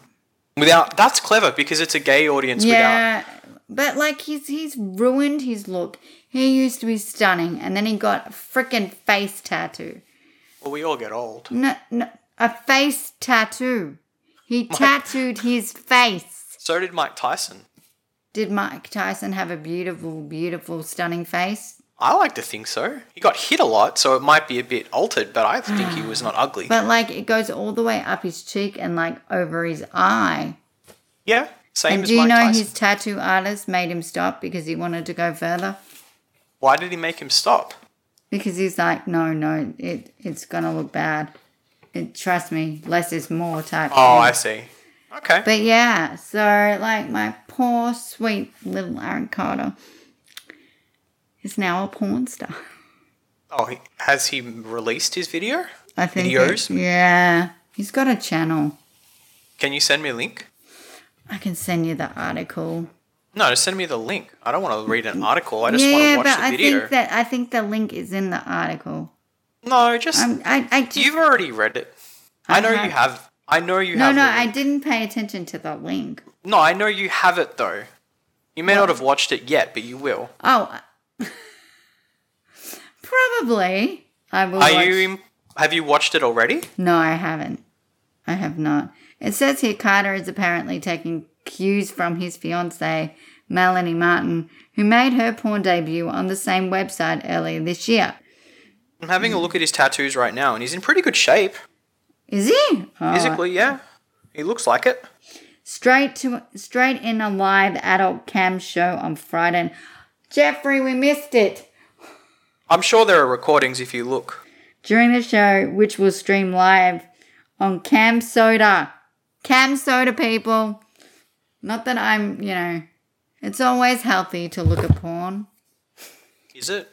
S3: Without that's clever because it's a gay audience.
S2: Yeah, but like he's he's ruined his look. He used to be stunning, and then he got a freaking face tattoo.
S3: Without well, we all get old.
S2: No, no, a face tattoo. He tattooed his face.
S3: So did Mike Tyson.
S2: Did Mike Tyson have a beautiful, beautiful, stunning face?
S3: I like to think so. He got hit a lot, so it might be a bit altered, but I think he was not ugly.
S2: But like it goes all the way up his cheek and like over his eye.
S3: Yeah, same
S2: and
S3: as
S2: do you
S3: Mike
S2: know
S3: Tyson.
S2: his tattoo artist made him stop because he wanted to go further?
S3: Why did he make him stop?
S2: Because he's like, no, no, it it's gonna look bad. It, trust me, less is more type.
S3: Oh,
S2: thing.
S3: I see. Okay.
S2: But yeah, so like my poor sweet little Aaron Carter is now a porn star.
S3: oh, he, has he released his video?
S2: I think. it-
S3: Videos?
S2: yeah, he's got a channel.
S3: Can you send me a link?
S2: I can send you the article.
S3: No, just send me the link. I don't want to read an article. I just
S2: yeah,
S3: want to watch
S2: but
S3: the
S2: I
S3: video.
S2: think that I think the link is in the article.
S3: no, just
S2: I'm, I I just
S3: you've already read it. I,
S2: I
S3: know you
S2: have.
S3: have. I know you
S2: no
S3: have.
S2: no
S3: the
S2: I
S3: link.
S2: didn't pay attention to the link.
S3: No, I know you have it though. You may not have watched it yet, but you will.
S2: Oh, I- probably I will.
S3: Are
S2: watch-
S3: you? im- Have you watched it already?
S2: No, I haven't. I have not. It says here Carter is apparently taking cues from his fiancee, Melanie Martin, who made her porn debut on the same website earlier this year.
S3: I'm having
S2: Mm.
S3: a look at his tattoos right now, and he's in pretty good shape
S2: Is he? Oh,
S3: physically. Yeah, he looks like it.
S2: Straight to straight in a live adult cam show on Friday. Jeffrey, we missed it.
S3: I'm sure there are recordings if you look.
S2: During the show, which will stream live on Cam Soda. Cam Soda people. Not that I'm, you know, it's always healthy to look at porn.
S3: Is it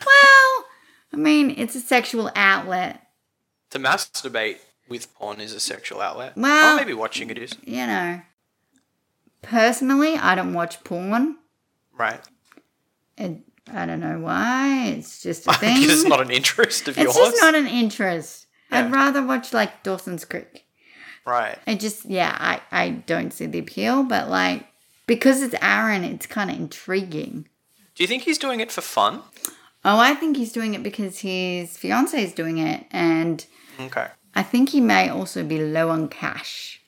S2: Well, I mean, it's a sexual outlet.
S3: to masturbate with porn is a sexual outlet?
S2: Well-
S3: or maybe watching it is.
S2: You know. Personally, I don't watch porn.
S3: Right,
S2: It, I don't know why. It's just a thing.
S3: because it's not an interest of
S2: It's
S3: yours.
S2: just not an interest. I'd
S3: Yeah.
S2: rather watch like Dawson's Creek.
S3: right.
S2: I just, yeah, I, I don't see the appeal, but like, because it's Aaron, it's kind of intriguing.
S3: Do you think he's doing it for fun?
S2: Oh, I think he's doing it because his fiance is doing it, and
S3: Okay.
S2: I think he may also be low on cash.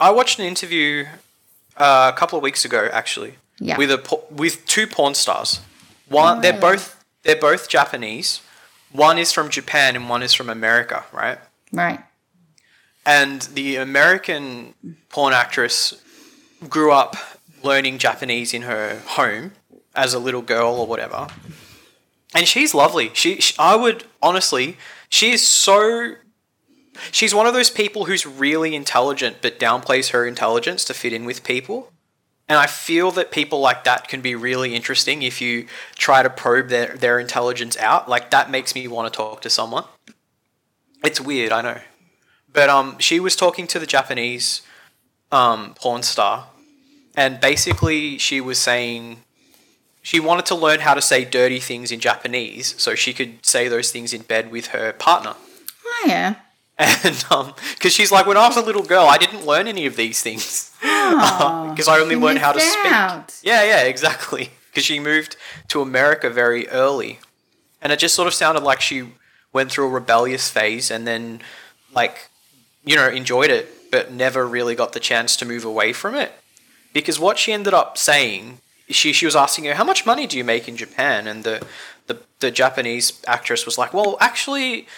S3: I watched an interview uh, a couple of weeks ago, actually,
S2: Yeah.
S3: with a por- with two porn stars. One, they're both they're both Japanese. One is from Japan and one is from America, right?
S2: Right.
S3: And the American porn actress grew up learning Japanese in her home as a little girl or whatever. And she's lovely. She, sh I would honestly, she is so she's one of those people who's really intelligent but downplays her intelligence to fit in with people. And I feel that people like that can be really interesting if you try to probe their, their intelligence out. Like that makes me want to talk to someone. It's weird, I know. But um, she was talking to the Japanese um, porn star, and basically she was saying she wanted to learn how to say dirty things in Japanese so she could say those things in bed with her partner.
S2: Oh, yeah.
S3: And um, because she's like, when I was a little girl, I didn't learn any of these things because I only
S2: you
S3: learned how to
S2: missed
S3: speak.
S2: out.
S3: Yeah, yeah, exactly. Because she moved to America very early, and it just sort of sounded like she went through a rebellious phase and then, like, you know, enjoyed it, but never really got the chance to move away from it. Because what she ended up saying, she she was asking her, "How much money do you make in Japan?" And the the, the Japanese actress was like, "Well, actually."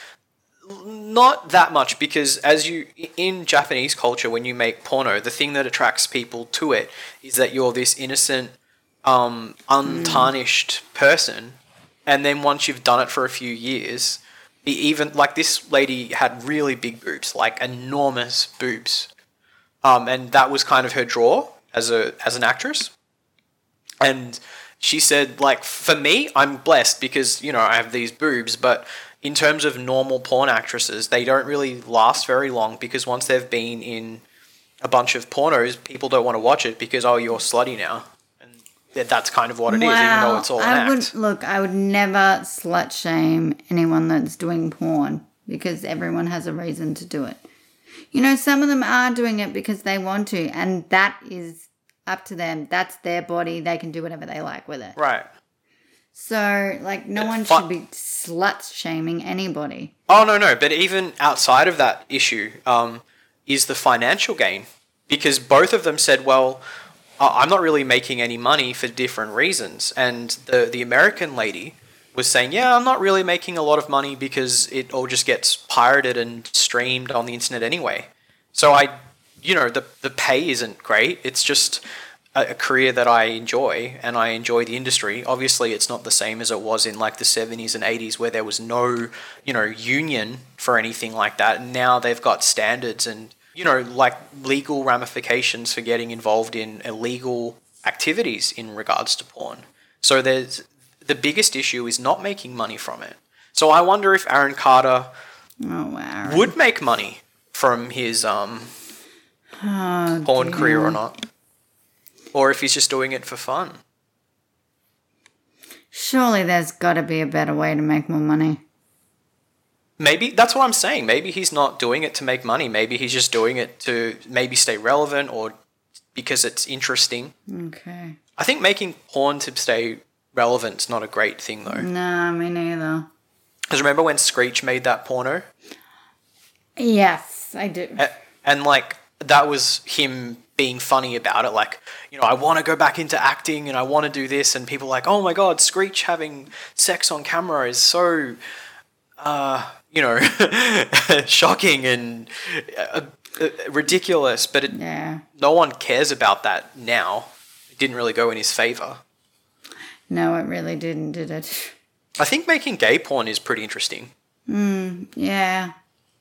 S3: not that much because as you in Japanese culture when you make porno the thing that attracts people to it is that you're this innocent um untarnished person and then once you've done it for a few years e- even like this lady had really big boobs like enormous boobs um and that was kind of her draw as a as an actress and she said like for me i'm blessed because you know i have these boobs but in terms of normal porn actresses they don't really last very long because once they've been in a bunch of pornos people don't want to watch it because oh you're slutty now and that- that's kind of what it is, even though it's all an
S2: I
S3: act
S2: would look. I would never slut shame anyone that's doing porn because everyone has a reason to do it. You know, some of them are doing it because they want to, and that is up to them. That's their body. They can do whatever they like with it.
S3: right
S2: So, like, no one
S3: fu-
S2: should be slut shaming anybody.
S3: Oh no, no. But even outside of that issue, um, is the financial gain because both of them said, "Well, "I- I'm not really making any money for different reasons. And the, the American lady was saying, yeah, I'm not really making a lot of money because it all just gets pirated and streamed on the internet anyway. So I, you know, the, the pay isn't great. It's just a, a career that I enjoy and I enjoy the industry. Obviously, it's not the same as it was in like the 70s and 80s where there was no, you know, union for anything like that. And now they've got standards and, you know, like legal ramifications for getting involved in illegal activities in regards to porn. So there's the biggest issue is not making money from it. So I wonder if Aaron Carter
S2: Oh wow.
S3: would make money from his um, porn career or not, or if he's just doing it for fun.
S2: Surely there's got to be a better way to make more money.
S3: Maybe that's what I'm saying. Maybe he's not doing it to make money. Maybe he's just doing it to maybe stay relevant or because it's interesting.
S2: Okay.
S3: I think making porn to stay relevant's not a great thing though.
S2: No, me neither.
S3: Because remember when Screech made that porno?
S2: Yes, I do.
S3: A- and like that was him being funny about it like you know i want to go back into acting and i want to do this and people like oh my god screech having sex on camera is so uh you know shocking and uh, uh, ridiculous but it,
S2: Yeah.
S3: no one cares about that now it didn't really go in his favor
S2: No, it really didn't, did it?
S3: i think making gay porn is pretty interesting
S2: Yeah.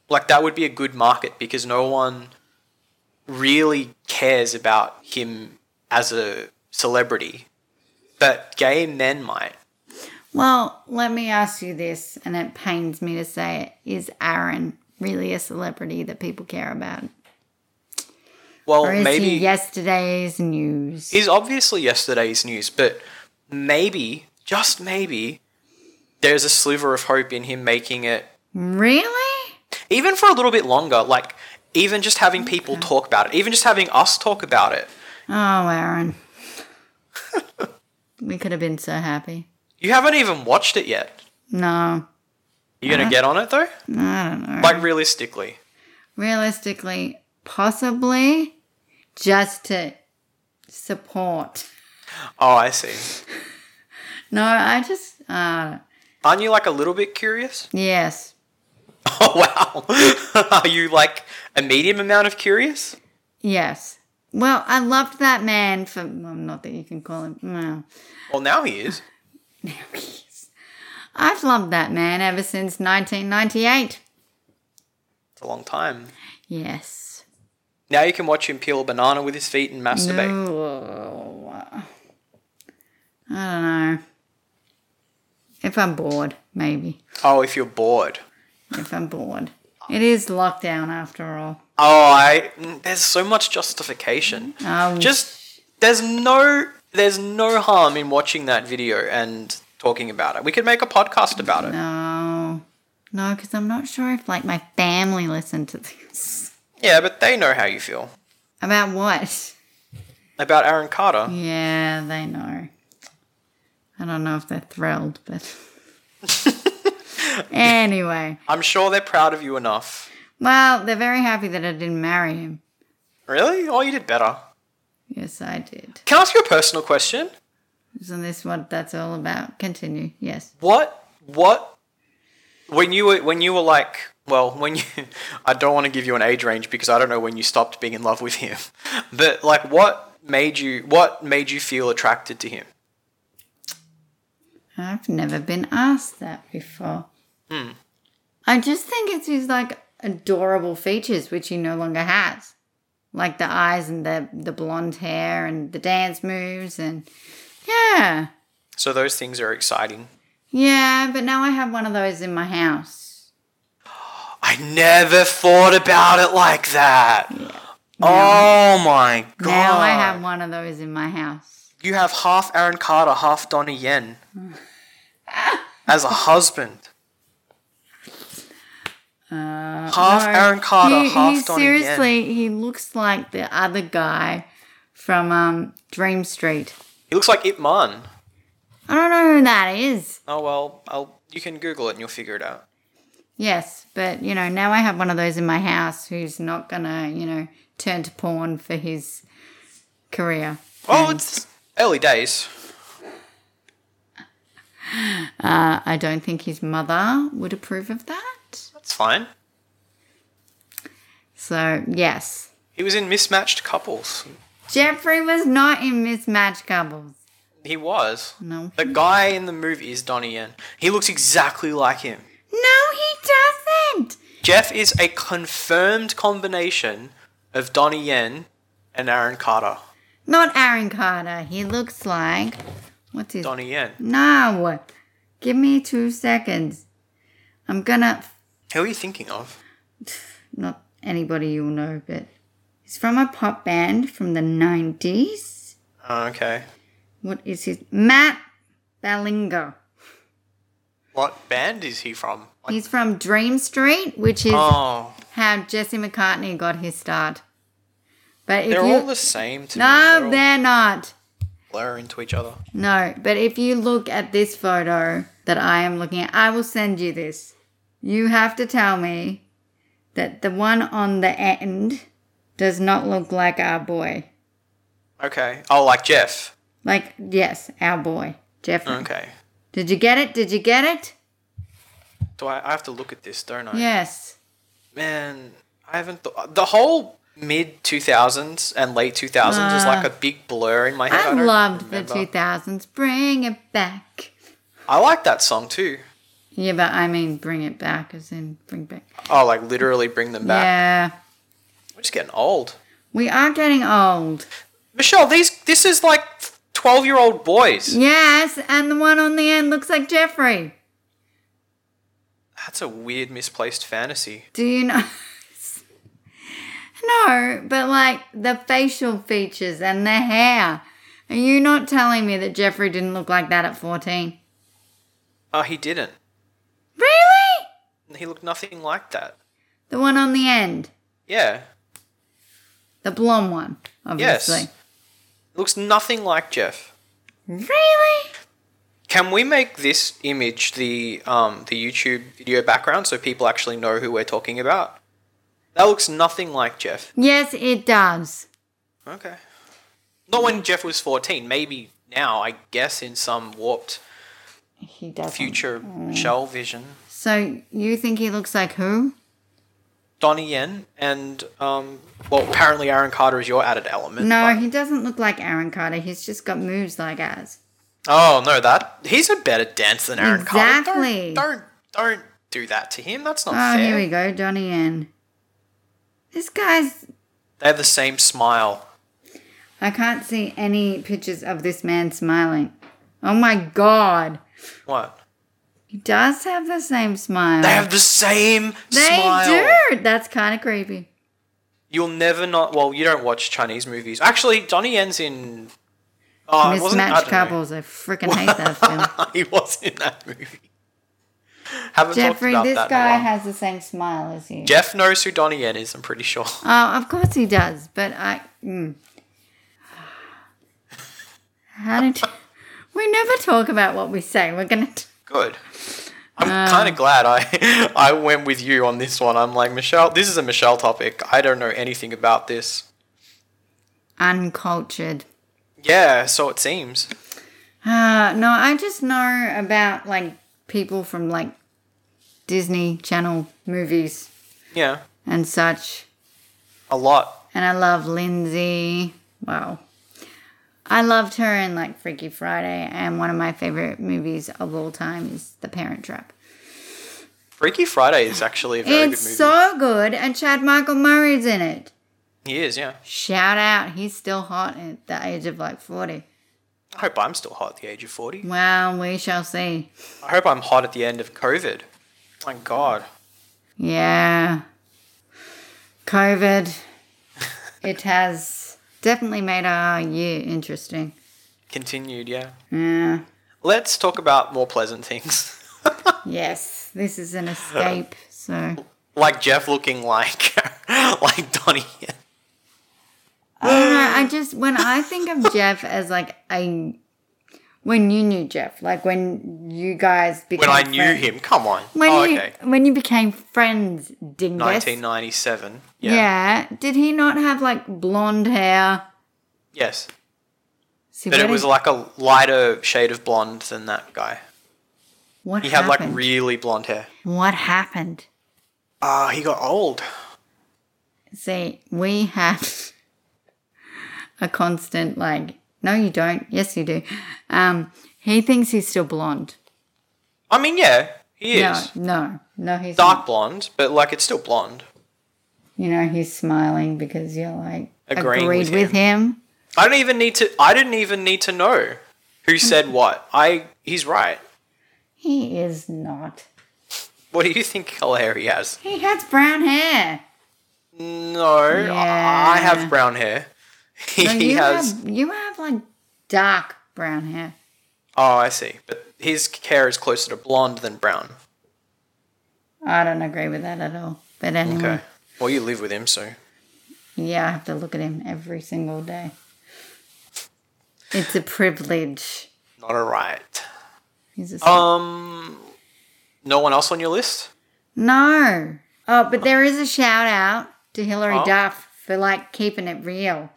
S3: like that would be a good market because no one really cares about him as a celebrity but gay men might
S2: Well, let me ask you this, and it pains me to say it. Is Aaron really a celebrity that people care about?
S3: well
S2: Or is
S3: maybe
S2: he yesterday's news?
S3: is obviously yesterday's news but maybe just maybe there's a sliver of hope in him making it
S2: really?
S3: even for a little bit longer like even just having people talk about it even just having us talk about it
S2: Oh, Aaron. we could have been so happy.
S3: you haven't even watched it yet
S2: No,
S3: you
S2: Uh-huh.
S3: gonna get on it though
S2: I don't know.
S3: like realistically
S2: Realistically, possibly just to support.
S3: oh i see
S2: No, I just, uh,
S3: aren't you like a little bit curious
S2: yes.
S3: Oh wow! Are you like a medium amount of curious?
S2: Yes. Well, I loved that man for, well, not that you can call him, well,
S3: Well, now he is.
S2: I've loved that man ever since 1998.
S3: It's a long time.
S2: Yes.
S3: Now you can watch him peel a banana with his feet and masturbate.
S2: No. I don't know. If I'm bored, maybe.
S3: Oh, if you're bored.
S2: If I'm bored. It is lockdown after all.
S3: Oh, I. mm, There's so much justification.
S2: Um,
S3: Just there's no there's no harm in watching that video and talking about it. We could make a podcast about it.
S2: No. No, because I'm not sure if, like, my family listened to this.
S3: Yeah, but they know how you feel
S2: About what?
S3: about Aaron Carter.
S2: Yeah, they know. I don't know if they're thrilled, but. anyway.
S3: I'm sure they're proud of you enough.
S2: Well, they're very happy that I didn't marry him.
S3: Really? Oh, you did better.
S2: Yes, I did.
S3: Can I ask you a personal question?
S2: Isn't this what that's all about? Continue. Yes.
S3: what what when you were when you were like well when you i don't want to give you an age range because i don't know when you stopped being in love with him but like what made you what made you feel attracted to him
S2: I've never been asked that before. I just think it's his like adorable features, which he no longer has, like the eyes and the the blonde hair and the dance moves and yeah,
S3: so those things are exciting
S2: yeah. But now I have one of those in my house.
S3: i never thought about it like that oh my god
S2: Now I have one of those in my house.
S3: you have half aaron carter half donnie yen as a husband half
S2: Uh, No,
S3: Aaron Carter,
S2: he-
S3: half
S2: he
S3: Donnie Yen.
S2: Seriously, he looks like the other guy from um, Dream Street.
S3: he looks like ip man
S2: I don't know who that is.
S3: oh well i'll you can google it and you'll figure it out
S2: Yes, but you know, now I have one of those in my house who's not gonna, you know, turn to porn for his career.
S3: Oh, it's early days.
S2: Uh, I don't think his mother would approve of that.
S3: That's fine.
S2: So, yes.
S3: He was in mismatched couples.
S2: Jeffrey was not in mismatched couples.
S3: He was.
S2: No.
S3: The guy in the movie is Donnie Yen. He looks exactly like him.
S2: No, he doesn't.
S3: Jeff is a confirmed combination of Donnie Yen and Aaron Carter.
S2: Not Aaron Carter. He looks like. What's his.
S3: Donnie Yen.
S2: No. Give me two seconds. I'm gonna.
S3: Who are you thinking of?
S2: Not anybody you'll know, but. He's from a pop band from the 90s.
S3: Oh, okay.
S2: What is his. Matt Ballinger.
S3: What band is he from? Like,
S2: He's from Dream Street, which is
S3: oh,
S2: how Jesse McCartney got his start. But if
S3: they're
S2: you
S3: all the same to
S2: no,
S3: me. They're all
S2: they're not.
S3: blur into each other.
S2: No, but if you look at this photo that I am looking at, I will send you this. You have to tell me that the one on the end does not look like our boy.
S3: Okay. Oh, like Jeff.
S2: Like, yes, our boy, Jeffrey.
S3: Okay.
S2: Did you get it? Did you get it?
S3: Do I, I have to look at this, don't I?
S2: Yes.
S3: Man, I haven't. Th- the whole mid 2000s and late 2000s is like a big blur in my head.
S2: I,
S3: don't
S2: loved
S3: remember.
S2: the 2000s. Bring it back.
S3: I like that song too.
S2: Yeah, but I mean, bring it back, as in bring back.
S3: Oh, like literally bring them back.
S2: Yeah,
S3: We're just getting old.
S2: we are getting old.
S3: Michelle, these this is like 12 year old boys.
S2: Yes, and the one on the end looks like Jeffrey.
S3: That's a weird misplaced fantasy.
S2: Do you know? no, but like the facial features and the hair. Are you not telling me that Jeffrey didn't look like that at 14?
S3: Oh, he didn't.
S2: Really?
S3: He looked nothing like that.
S2: The one on the end,
S3: Yeah.
S2: the blonde one,
S3: Yes.
S2: obviously.
S3: Looks nothing like Jeff.
S2: Really?
S3: Can we make this image the um, the YouTube video background so people actually know who we're talking about? That looks nothing like Jeff.
S2: Yes, it does.
S3: Okay. Not when Jeff was 14. Maybe now, I guess, in some warped
S2: He does.
S3: future Michelle vision.
S2: So you think he looks like who?
S3: Donnie Yen and, um, well, apparently Aaron Carter is your added element.
S2: No,
S3: but-
S2: he doesn't look like Aaron Carter. He's just got moves like ours.
S3: Oh, no, that. He's a better dancer than Aaron Carter.
S2: Exactly.
S3: Don't, don't, don't do that to him. That's not
S2: Oh,
S3: fair.
S2: here we go, Donnie Yen. This guy's.
S3: They have the same smile.
S2: I can't see any pictures of this man smiling. Oh my god.
S3: What?
S2: He does have the same smile.
S3: They have the same
S2: Uh, They
S3: smile.
S2: do. That's kind of creepy.
S3: You'll never not. Well, you don't watch Chinese movies. Actually, Donnie Yen's in. Oh, it wasn't, I
S2: Mismatched
S3: don't know.
S2: couples. I freaking hate that film.
S3: he was in that movie. Haven't
S2: Jeffrey,
S3: talked about
S2: this
S3: that in a
S2: guy
S3: while.
S2: has the same smile as you.
S3: Jeff knows who Donnie Yen is. I'm pretty sure.
S2: oh, of course he does. But I. Mm. How did. we never talk about what we say. We're going to.
S3: Good. I'm
S2: Uh,
S3: kind of glad I I went with you on this one. I'm like Michelle. This is a Michelle topic. I don't know anything about this.
S2: uncultured.
S3: Yeah, so it seems.
S2: Uh, no, I just know about like people from like Disney Channel movies
S3: Yeah,
S2: and such.
S3: a lot.
S2: And I love Lindsay. Wow. I loved her in like Freaky Friday, and one of my favorite movies of all time is The Parent Trap.
S3: Freaky Friday is actually a very
S2: it's
S3: good movie.
S2: so good, and Chad Michael Murray's in it.
S3: he is. Yeah.
S2: Shout out, he's still hot at the age of like 40.
S3: I hope I'm still hot at the age of forty.
S2: Well, we shall see.
S3: I hope I'm hot at the end of COVID. My God.
S2: Yeah. COVID. it has definitely made our year interesting.
S3: Continued, yeah.
S2: Yeah.
S3: Let's talk about more pleasant things.
S2: Yes, this is an escape. So,
S3: like Jeff looking like like Donnie.
S2: I don't know. I just, when I think of Jeff as like a, when you knew Jeff, like when you guys became
S3: When I knew
S2: friends-
S3: him, come on.
S2: When
S3: oh,
S2: you
S3: okay.
S2: when you became friends, dingus.
S3: 1997. Yeah.
S2: Yeah. Did he not have like blonde hair?
S3: Yes.
S2: See,
S3: But
S2: what
S3: it was
S2: did-
S3: like a lighter shade of blonde than that guy.
S2: what
S3: He had
S2: happened?
S3: like really blonde hair.
S2: what happened?
S3: Ah, he got old.
S2: See, we have a constant like, no, you don't. Yes, you do. Um, he thinks he's still blonde.
S3: I mean, yeah, he is
S2: No, no, no, he's not.
S3: dark blonde, but like it's still blonde.
S2: You know, he's smiling because you're like
S3: Agreeing
S2: agreed
S3: with
S2: with him.
S3: I don't even need to. I didn't even need to know who
S2: Hmm.
S3: said what. I. He's right.
S2: He is not.
S3: What do you think color hair he has?
S2: He has brown hair.
S3: No, I I
S2: Yeah.
S3: have brown hair.
S2: No,
S3: he
S2: you
S3: has.
S2: Have, you have like dark brown hair.
S3: Oh, I see. But his hair is closer to blonde than brown.
S2: I don't agree with that at all. But anyway,
S3: Okay. Well, you live with him, so
S2: yeah, I have to look at him every single day. It's a privilege.
S3: not a right.
S2: He's a
S3: Um, no one else on your list?
S2: No. Oh, but there is a shout out to Hilary
S3: Oh.
S2: Duff for like keeping it real.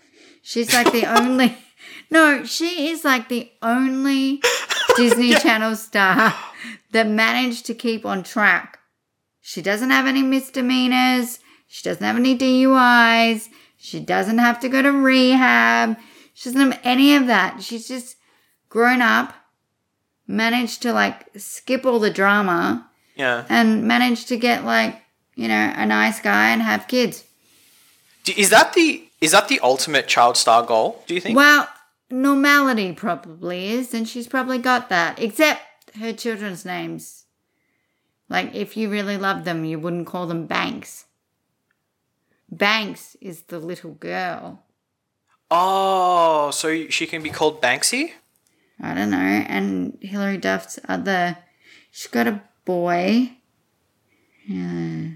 S2: She's like the only No, she is like the only Disney Channel star that managed to keep on track. She doesn't have any misdemeanors, she doesn't have any DUIs, she doesn't have to go to rehab. She doesn't have any of that. She's just grown up, managed to like skip all the drama
S3: Yeah.
S2: and managed to get like you know a nice guy and have kids.
S3: D- Is that the is that the ultimate child star goal? Do you think?
S2: Well, normality probably is, and she's probably got that. Except her children's names. Like if you really loved them, you wouldn't call them Banks. Banks is the little girl.
S3: Oh, so she can be called Banksy?
S2: I don't know. And Hilary Duff's other, she's got a boy. Yeah.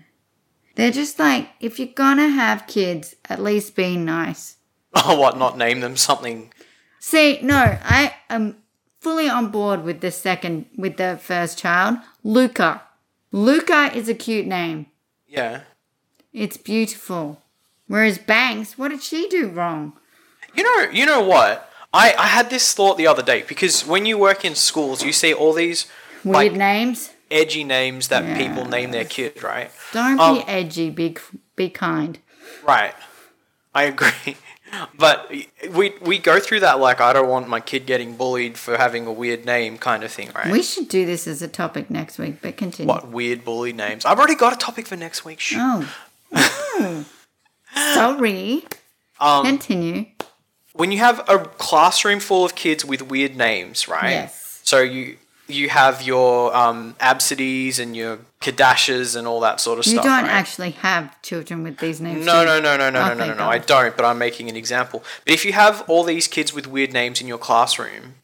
S2: They're just like, if you're gonna have kids, at least be nice.
S3: Oh, what? Not name them something?
S2: See, no, I am fully on board with the second, with the first child, Luca. Luca is a cute name.
S3: Yeah.
S2: It's beautiful. Whereas Banks, what did she do wrong?
S3: You know, you know what? I, I had this thought the other day because when you work in schools, you see all these
S2: Weird
S3: like
S2: names.
S3: edgy names that people name their kid, right?
S2: Don't
S3: um,
S2: be edgy. Be be kind.
S3: Right. I agree. But we we go through that like I don't want my kid getting bullied for having a weird name kind of thing, right?
S2: We should do this as a topic next week. But continue.
S3: what weird bully names? I've already got a topic for next week. Shoot.
S2: Oh. Oh. Sorry. Oh.
S3: Um,
S2: Continue.
S3: when you have a classroom full of kids with weird names, right?
S2: Yes.
S3: So you you have your um, Absidies and your Kadashes and all that sort of
S2: You
S3: stuff.
S2: don't
S3: right?
S2: actually have children with these names.
S3: No,
S2: do
S3: no,
S2: you?
S3: no, no, no,
S2: Oh,
S3: no, no, no,
S2: thank
S3: no. I
S2: God.
S3: don't, but I'm making an example. But if you have all these kids with weird names in your classroom,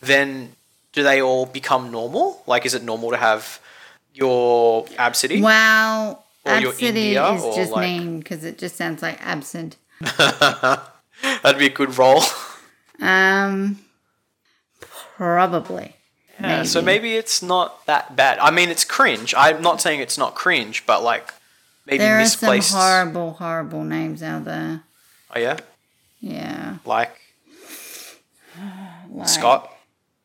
S3: then do they all become normal? Like, is it normal to have your absidy?
S2: Wow.
S3: Or your
S2: Absidy
S3: India,
S2: is
S3: or
S2: just
S3: like-
S2: mean because it just sounds like absent.
S3: That'd be a good role.
S2: Um, probably.
S3: Yeah, so maybe it's not that bad. I mean, it's cringe. I'm not saying it's not cringe, but like maybe
S2: There are some
S3: misplaced.
S2: horrible, horrible names out there.
S3: Oh yeah,
S2: Yeah.
S3: like
S2: like-
S3: Scott.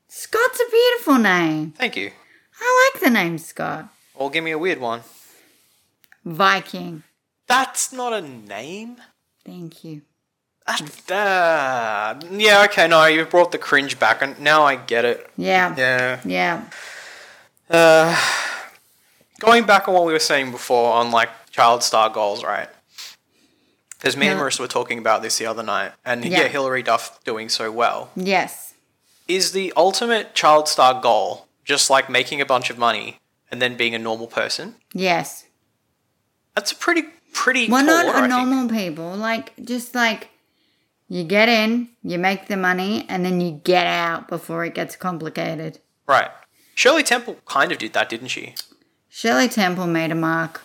S2: Scott's a beautiful name.
S3: Thank you.
S2: I like the name Scott.
S3: Or give me a weird one.
S2: Viking.
S3: That's not a name.
S2: Thank you.
S3: That, uh, yeah, okay, no, you brought the cringe back, and now I get it.
S2: Yeah. Yeah.
S3: Yeah. Uh, going back on what we were saying before on like child star goals, right? Because me and
S2: Yeah.
S3: Marissa were talking about this the other night, and
S2: Yeah.
S3: yeah. Hillary Duff doing so well
S2: Yes.
S3: is the ultimate child star goal just like making a bunch of money and then being a normal person.
S2: Yes.
S3: That's a pretty pretty.
S2: Well,
S3: core,
S2: not
S3: I
S2: a
S3: think.
S2: normal people. Like, just like you get in, you make the money, and then you get out before it gets complicated.
S3: right? Shirley Temple kind of did that, didn't she?
S2: Shirley Temple made a mark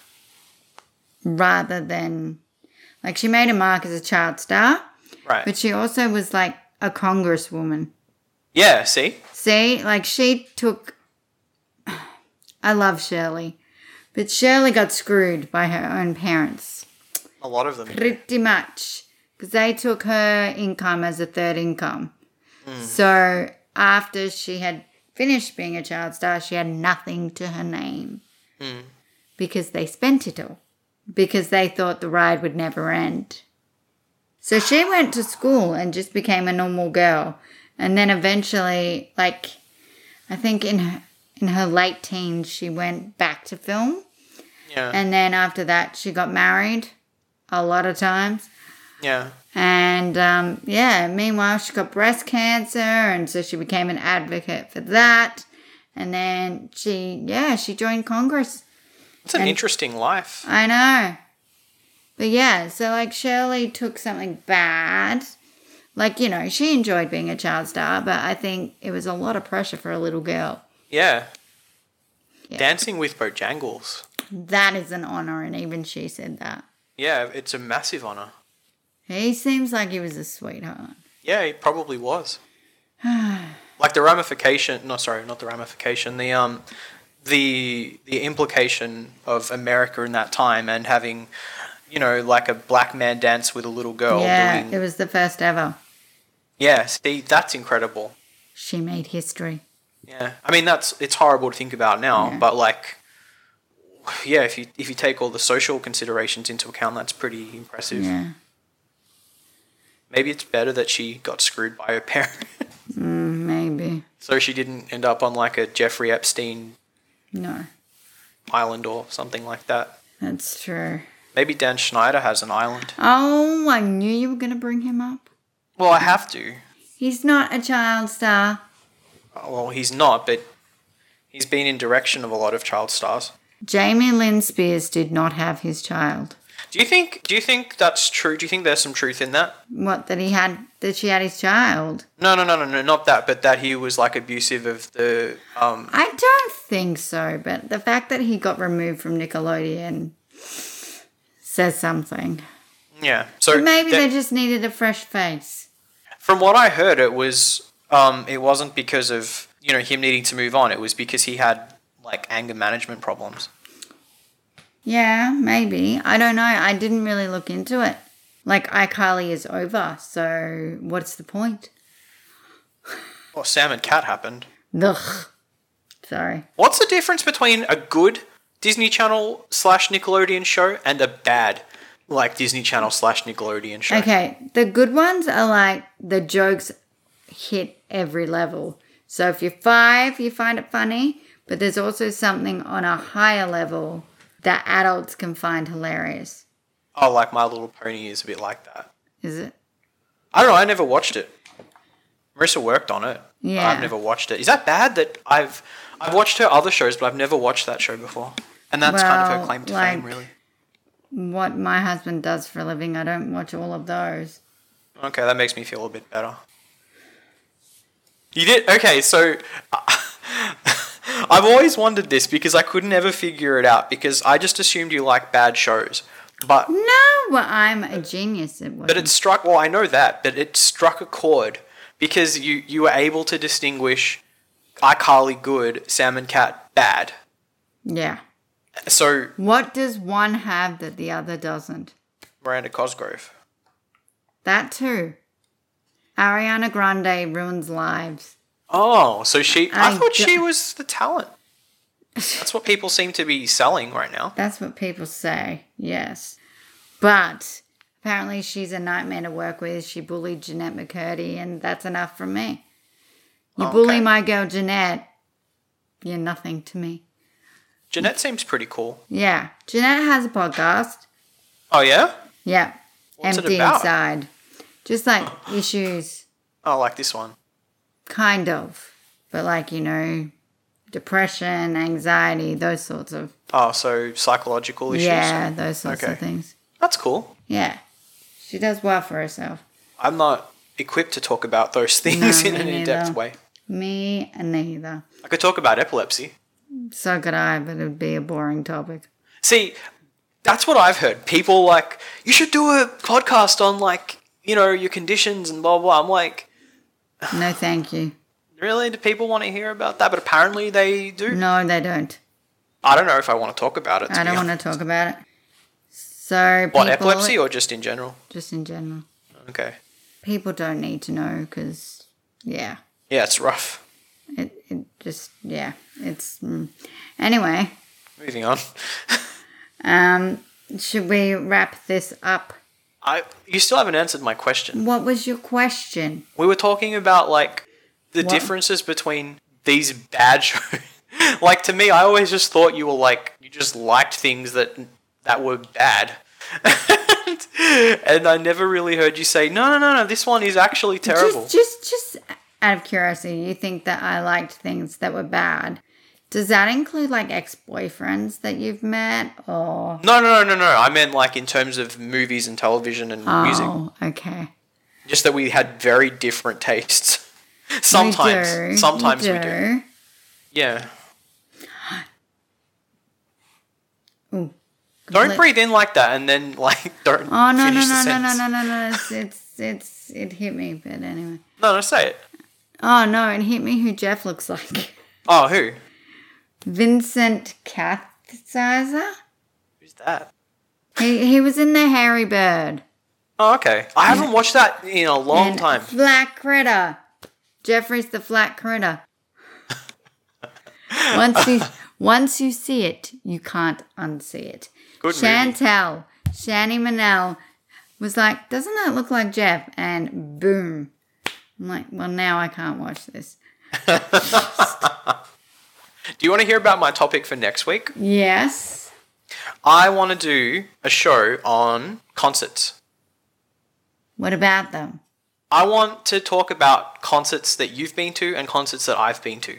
S2: rather than, like, she made a mark as a child star,
S3: Right.
S2: but she also was like a congresswoman.
S3: yeah. See.
S2: See, like, she took. I love Shirley, but Shirley got screwed by her own parents.
S3: A lot of them.
S2: pretty much because they took her income as a third income So after she had finished being a child star, she had nothing to her name because they spent it all because they thought the ride would never end. So she went to school and just became a normal girl, and then eventually, like, I think in her, in her late teens, she went back to film,
S3: Yeah.
S2: and then after that, she got married a lot of times.
S3: yeah.
S2: And um, yeah, meanwhile, she got breast cancer, and so she became an advocate for that. And then she, yeah, she joined Congress.
S3: It's an
S2: and-
S3: interesting life.
S2: I know. But yeah, so like Shirley took something bad. Like, you know, she enjoyed being a child star, but I think it was a lot of pressure for a little girl.
S3: Yeah.
S2: Yeah.
S3: Dancing with Bojangles.
S2: That is an honor, and even she said that.
S3: Yeah, it's a massive honor.
S2: He seems like he was a sweetheart.
S3: Yeah, it probably was. like the ramification, no, sorry, not the ramification. The um, the the implication of America in that time and having, you know, like a black man dance with a little girl.
S2: yeah,
S3: doing,
S2: it was the first ever.
S3: yeah. See, that's incredible.
S2: She made history.
S3: Yeah, I mean that's it's horrible to think about now, but like, yeah, if you if you take all the social considerations into account, that's pretty impressive.
S2: Yeah.
S3: Maybe it's better that she got screwed by her parents,
S2: Mm, Maybe.
S3: so she didn't end up on like a Jeffrey Epstein
S2: No,
S3: island or something like that.
S2: that's true.
S3: Maybe Dan Schneider has an island.
S2: Oh, I knew you were going to bring him up.
S3: Well, I have to.
S2: He's not a child star.
S3: Well, he's not, but he's been in direction of a lot of child stars.
S2: Jamie Lynn Spears did not have his child.
S3: Do you think? Do you think that's true? Do you think there's some truth in that?
S2: What that he had that she had his child?
S3: No, no, no, no, no, not that, but that he was like abusive of the. Um,
S2: I don't think so, but the fact that he got removed from Nickelodeon says something.
S3: yeah. So
S2: Maybe
S3: that-
S2: they just needed a fresh face.
S3: from what I heard, it was. Um, it wasn't because of you know him needing to move on. It was because he had like anger management problems.
S2: Yeah, maybe. I don't know. I didn't really look into it. Like iCarly is over, so what's the point?
S3: Well, Sam and Cat happened.
S2: Ugh. Sorry.
S3: What's the difference between a good Disney Channel slash Nickelodeon show and a bad, like Disney Channel slash Nickelodeon show?
S2: Okay, the good ones are like the jokes hit every level. So if you're five, you find it funny, but there's also something on a higher level that adults can find hilarious.
S3: Oh, like My Little Pony is a bit like that.
S2: Is it?
S3: I don't know. I never watched it. Marissa worked on it. but
S2: Yeah.
S3: I've never watched it. Is that bad that I've I've watched her other shows, but I've never watched that show before? And that's kind of her
S2: Well,
S3: claim to fame,
S2: like-
S3: really.
S2: What my husband does for a living, I don't watch all of those.
S3: Okay, that makes me feel a bit better. You did okay. So I've always wondered this because I could never figure it out because I just assumed you like bad shows, but
S2: No, well, I'm a genius at what
S3: but it struck. Well, I know that, but it struck a chord because you you were able to distinguish iCarly good, Sam and Cat bad.
S2: Yeah.
S3: So
S2: What does one have that the other doesn't?
S3: Miranda Cosgrove.
S2: That too. Ariana Grande ruins lives.
S3: Oh, so she. I,
S2: I
S3: thought she
S2: don't-
S3: was the talent. That's what people seem to be selling right now.
S2: That's what people say, yes. But apparently she's a nightmare to work with. She bullied Jeanette McCurdy, and that's enough from me. You
S3: Oh,
S2: bully
S3: okay.
S2: my girl Jeanette, you're nothing to me.
S3: Jeanette seems pretty cool.
S2: Yeah, Jeanette has a podcast.
S3: Oh yeah.
S2: Yeah,
S3: What's it
S2: Empty
S3: about?
S2: Inside. Just like issues,
S3: Oh, like this one.
S2: kind of. But like, you know, depression, anxiety, those sorts of.
S3: Oh, so psychological issues.
S2: Yeah, those sorts
S3: Okay.
S2: of things.
S3: That's cool.
S2: Yeah. She does well for herself.
S3: I'm not equipped to talk about those things
S2: No,
S3: in
S2: me
S3: an in-depth
S2: neither.
S3: way.
S2: Me neither.
S3: I could talk about epilepsy.
S2: So could I, but it'd be a boring topic.
S3: See, that's what I've heard. People like, you should do a podcast on like, you know, your conditions and blah blah. I'm like,
S2: No, thank you.
S3: really? Do people want to hear about that? But apparently they do.
S2: No, they don't.
S3: I don't know if I want to talk about it. To
S2: I don't want to talk about it. So,
S3: What
S2: people-
S3: epilepsy or just in general?
S2: just in general,
S3: Okay.
S2: people don't need to know because Yeah.
S3: Yeah, it's rough.
S2: It, it just, yeah. It's. Mm. Anyway,
S3: Moving on.
S2: um, should we wrap this up?
S3: I you still haven't answered my question.
S2: What was your question?
S3: We were talking about like the
S2: What?
S3: differences between these bad shows. like to me, I always just thought you were like you just liked things that that were bad. and I never really heard you say, "No, no, no, no, this one is actually terrible."
S2: Just, just, just out of curiosity, you think that I liked things that were bad. Does that include like ex boyfriends that you've met or.
S3: no, no, no, no, no. I meant like in terms of movies and television and music.
S2: Oh, okay.
S3: Just that we had very different tastes. Sometimes,
S2: We do, we
S3: sometimes we do. Yeah.
S2: Ooh.
S3: Don't
S2: Let-
S3: breathe in like that, and then like don't.
S2: Oh no no
S3: finish the
S2: no no no
S3: sentence.
S2: no no no! It's, it's it's it hit me, but anyway.
S3: No, no, say it.
S2: Oh no! It hit me who Jeff looks like.
S3: Oh, who?
S2: Vincent Cathzizer.
S3: Who's that?
S2: He he was in the Harry Bird.
S3: Oh, okay. I haven't watched that in a long
S2: and
S3: time.
S2: Flat critter. Jeffrey's the flat critter. once you once you see it, you can't unsee it.
S3: Good movie.
S2: Chantel, Shani Manel was like, doesn't that look like Jeff? And boom. I'm like, well now I can't watch this.
S3: Do you want to hear about my topic for next week?
S2: Yes.
S3: I want to do a show on concerts.
S2: What about them?
S3: I want to talk about concerts that you've been to and concerts that I've been to.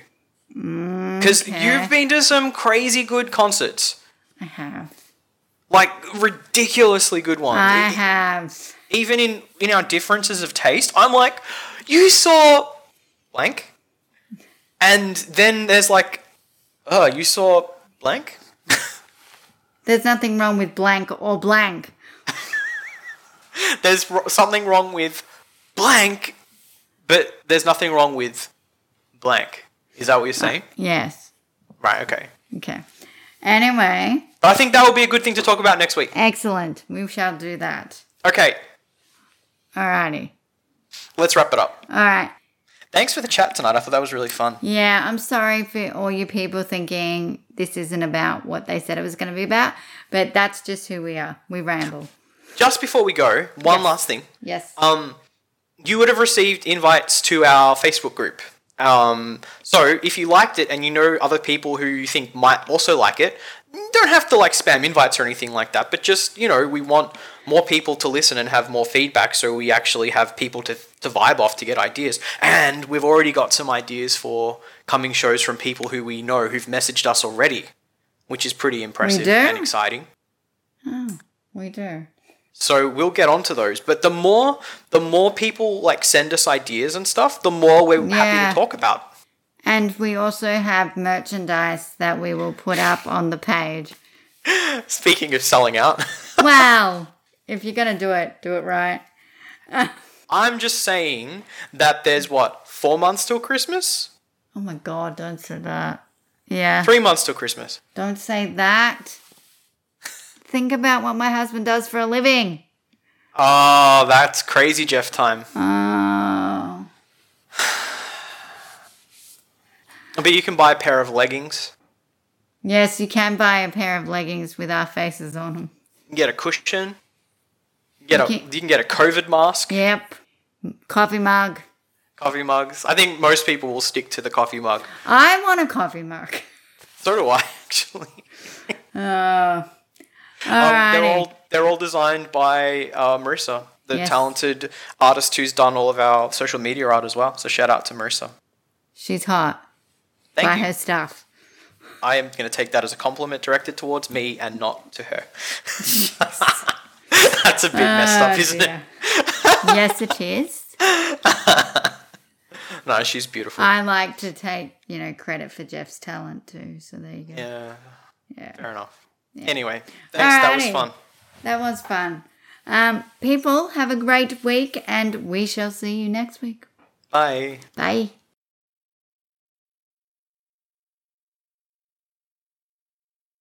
S3: Because
S2: Mm, okay.
S3: you've been to some crazy good concerts,
S2: I have.
S3: like ridiculously good ones.
S2: I
S3: E-
S2: have.
S3: even in in our differences of taste, I'm like, you saw blank, and then there's like, oh, you saw blank.
S2: There's nothing wrong with blank or blank.
S3: There's r- something wrong with blank, but there's nothing wrong with blank. Is that what you're saying?
S2: Yes.
S3: Right. Okay.
S2: Okay. Anyway,
S3: But I think that would be a good thing to talk about next week.
S2: excellent. We shall do that.
S3: Okay,
S2: Alrighty.
S3: let's wrap it up.
S2: Alright.
S3: Thanks for the chat tonight. I thought that was really fun.
S2: Yeah, I'm sorry for all you people thinking this isn't about what they said it was going to be about, but that's just who we are. We ramble.
S3: Just before we go, one last thing.
S2: Yes.
S3: um, you would have received invites to our Facebook group. Um, so if you liked it and you know other people who you think might also like it, don't have to like spam invites or anything like that. But just you know, we want more people to listen and have more feedback, so we actually have people to to vibe off to get ideas. And we've already got some ideas for coming shows from people who we know who've messaged us already, which is pretty impressive
S2: do?
S3: and exciting.
S2: we do.
S3: So we'll get onto those. But the more the more people like send us ideas and stuff, the more we're happy
S2: Yeah.
S3: to talk about.
S2: And we also have merchandise that we will put up on the page.
S3: Speaking of selling out,
S2: Wow. If you're going to do it, do it right.
S3: I'm just saying that there's what, four months till Christmas?
S2: Oh my God, don't say that. Yeah.
S3: Three months till Christmas.
S2: Don't say that. Think about what my husband does for a living.
S3: Oh, that's crazy Jeff time.
S2: Oh.
S3: But you can buy a pair of leggings,
S2: Yes, you can buy a pair of leggings with our faces on them.
S3: you can get a cushion, you get a
S2: Okay.
S3: you can get a COVID mask,
S2: Yep. Coffee mug.
S3: coffee mugs. I think most people will stick to the coffee mug.
S2: I want a coffee mug.
S3: So do I actually. Um,
S2: Alrighty.
S3: they're all they're all designed by uh, Marissa, the
S2: Yes.
S3: talented artist who's done all of our social media art as well. So shout out to Marissa.
S2: She's hot.
S3: Thank
S2: buy
S3: you.
S2: her stuff.
S3: I am going to take that as a compliment directed towards me and not to her. That's a bit messed up,
S2: Oh,
S3: isn't
S2: dear. yes, it is.
S3: it? No, she's beautiful.
S2: I like to take, you know, credit for Jeff's talent too. So there you go.
S3: yeah,
S2: Yeah.
S3: fair enough. Anyway, thanks. That was
S2: Alrighty.
S3: fun.
S2: That was fun. Um, people, have a great week and we shall see you next week.
S3: Bye.
S2: Bye.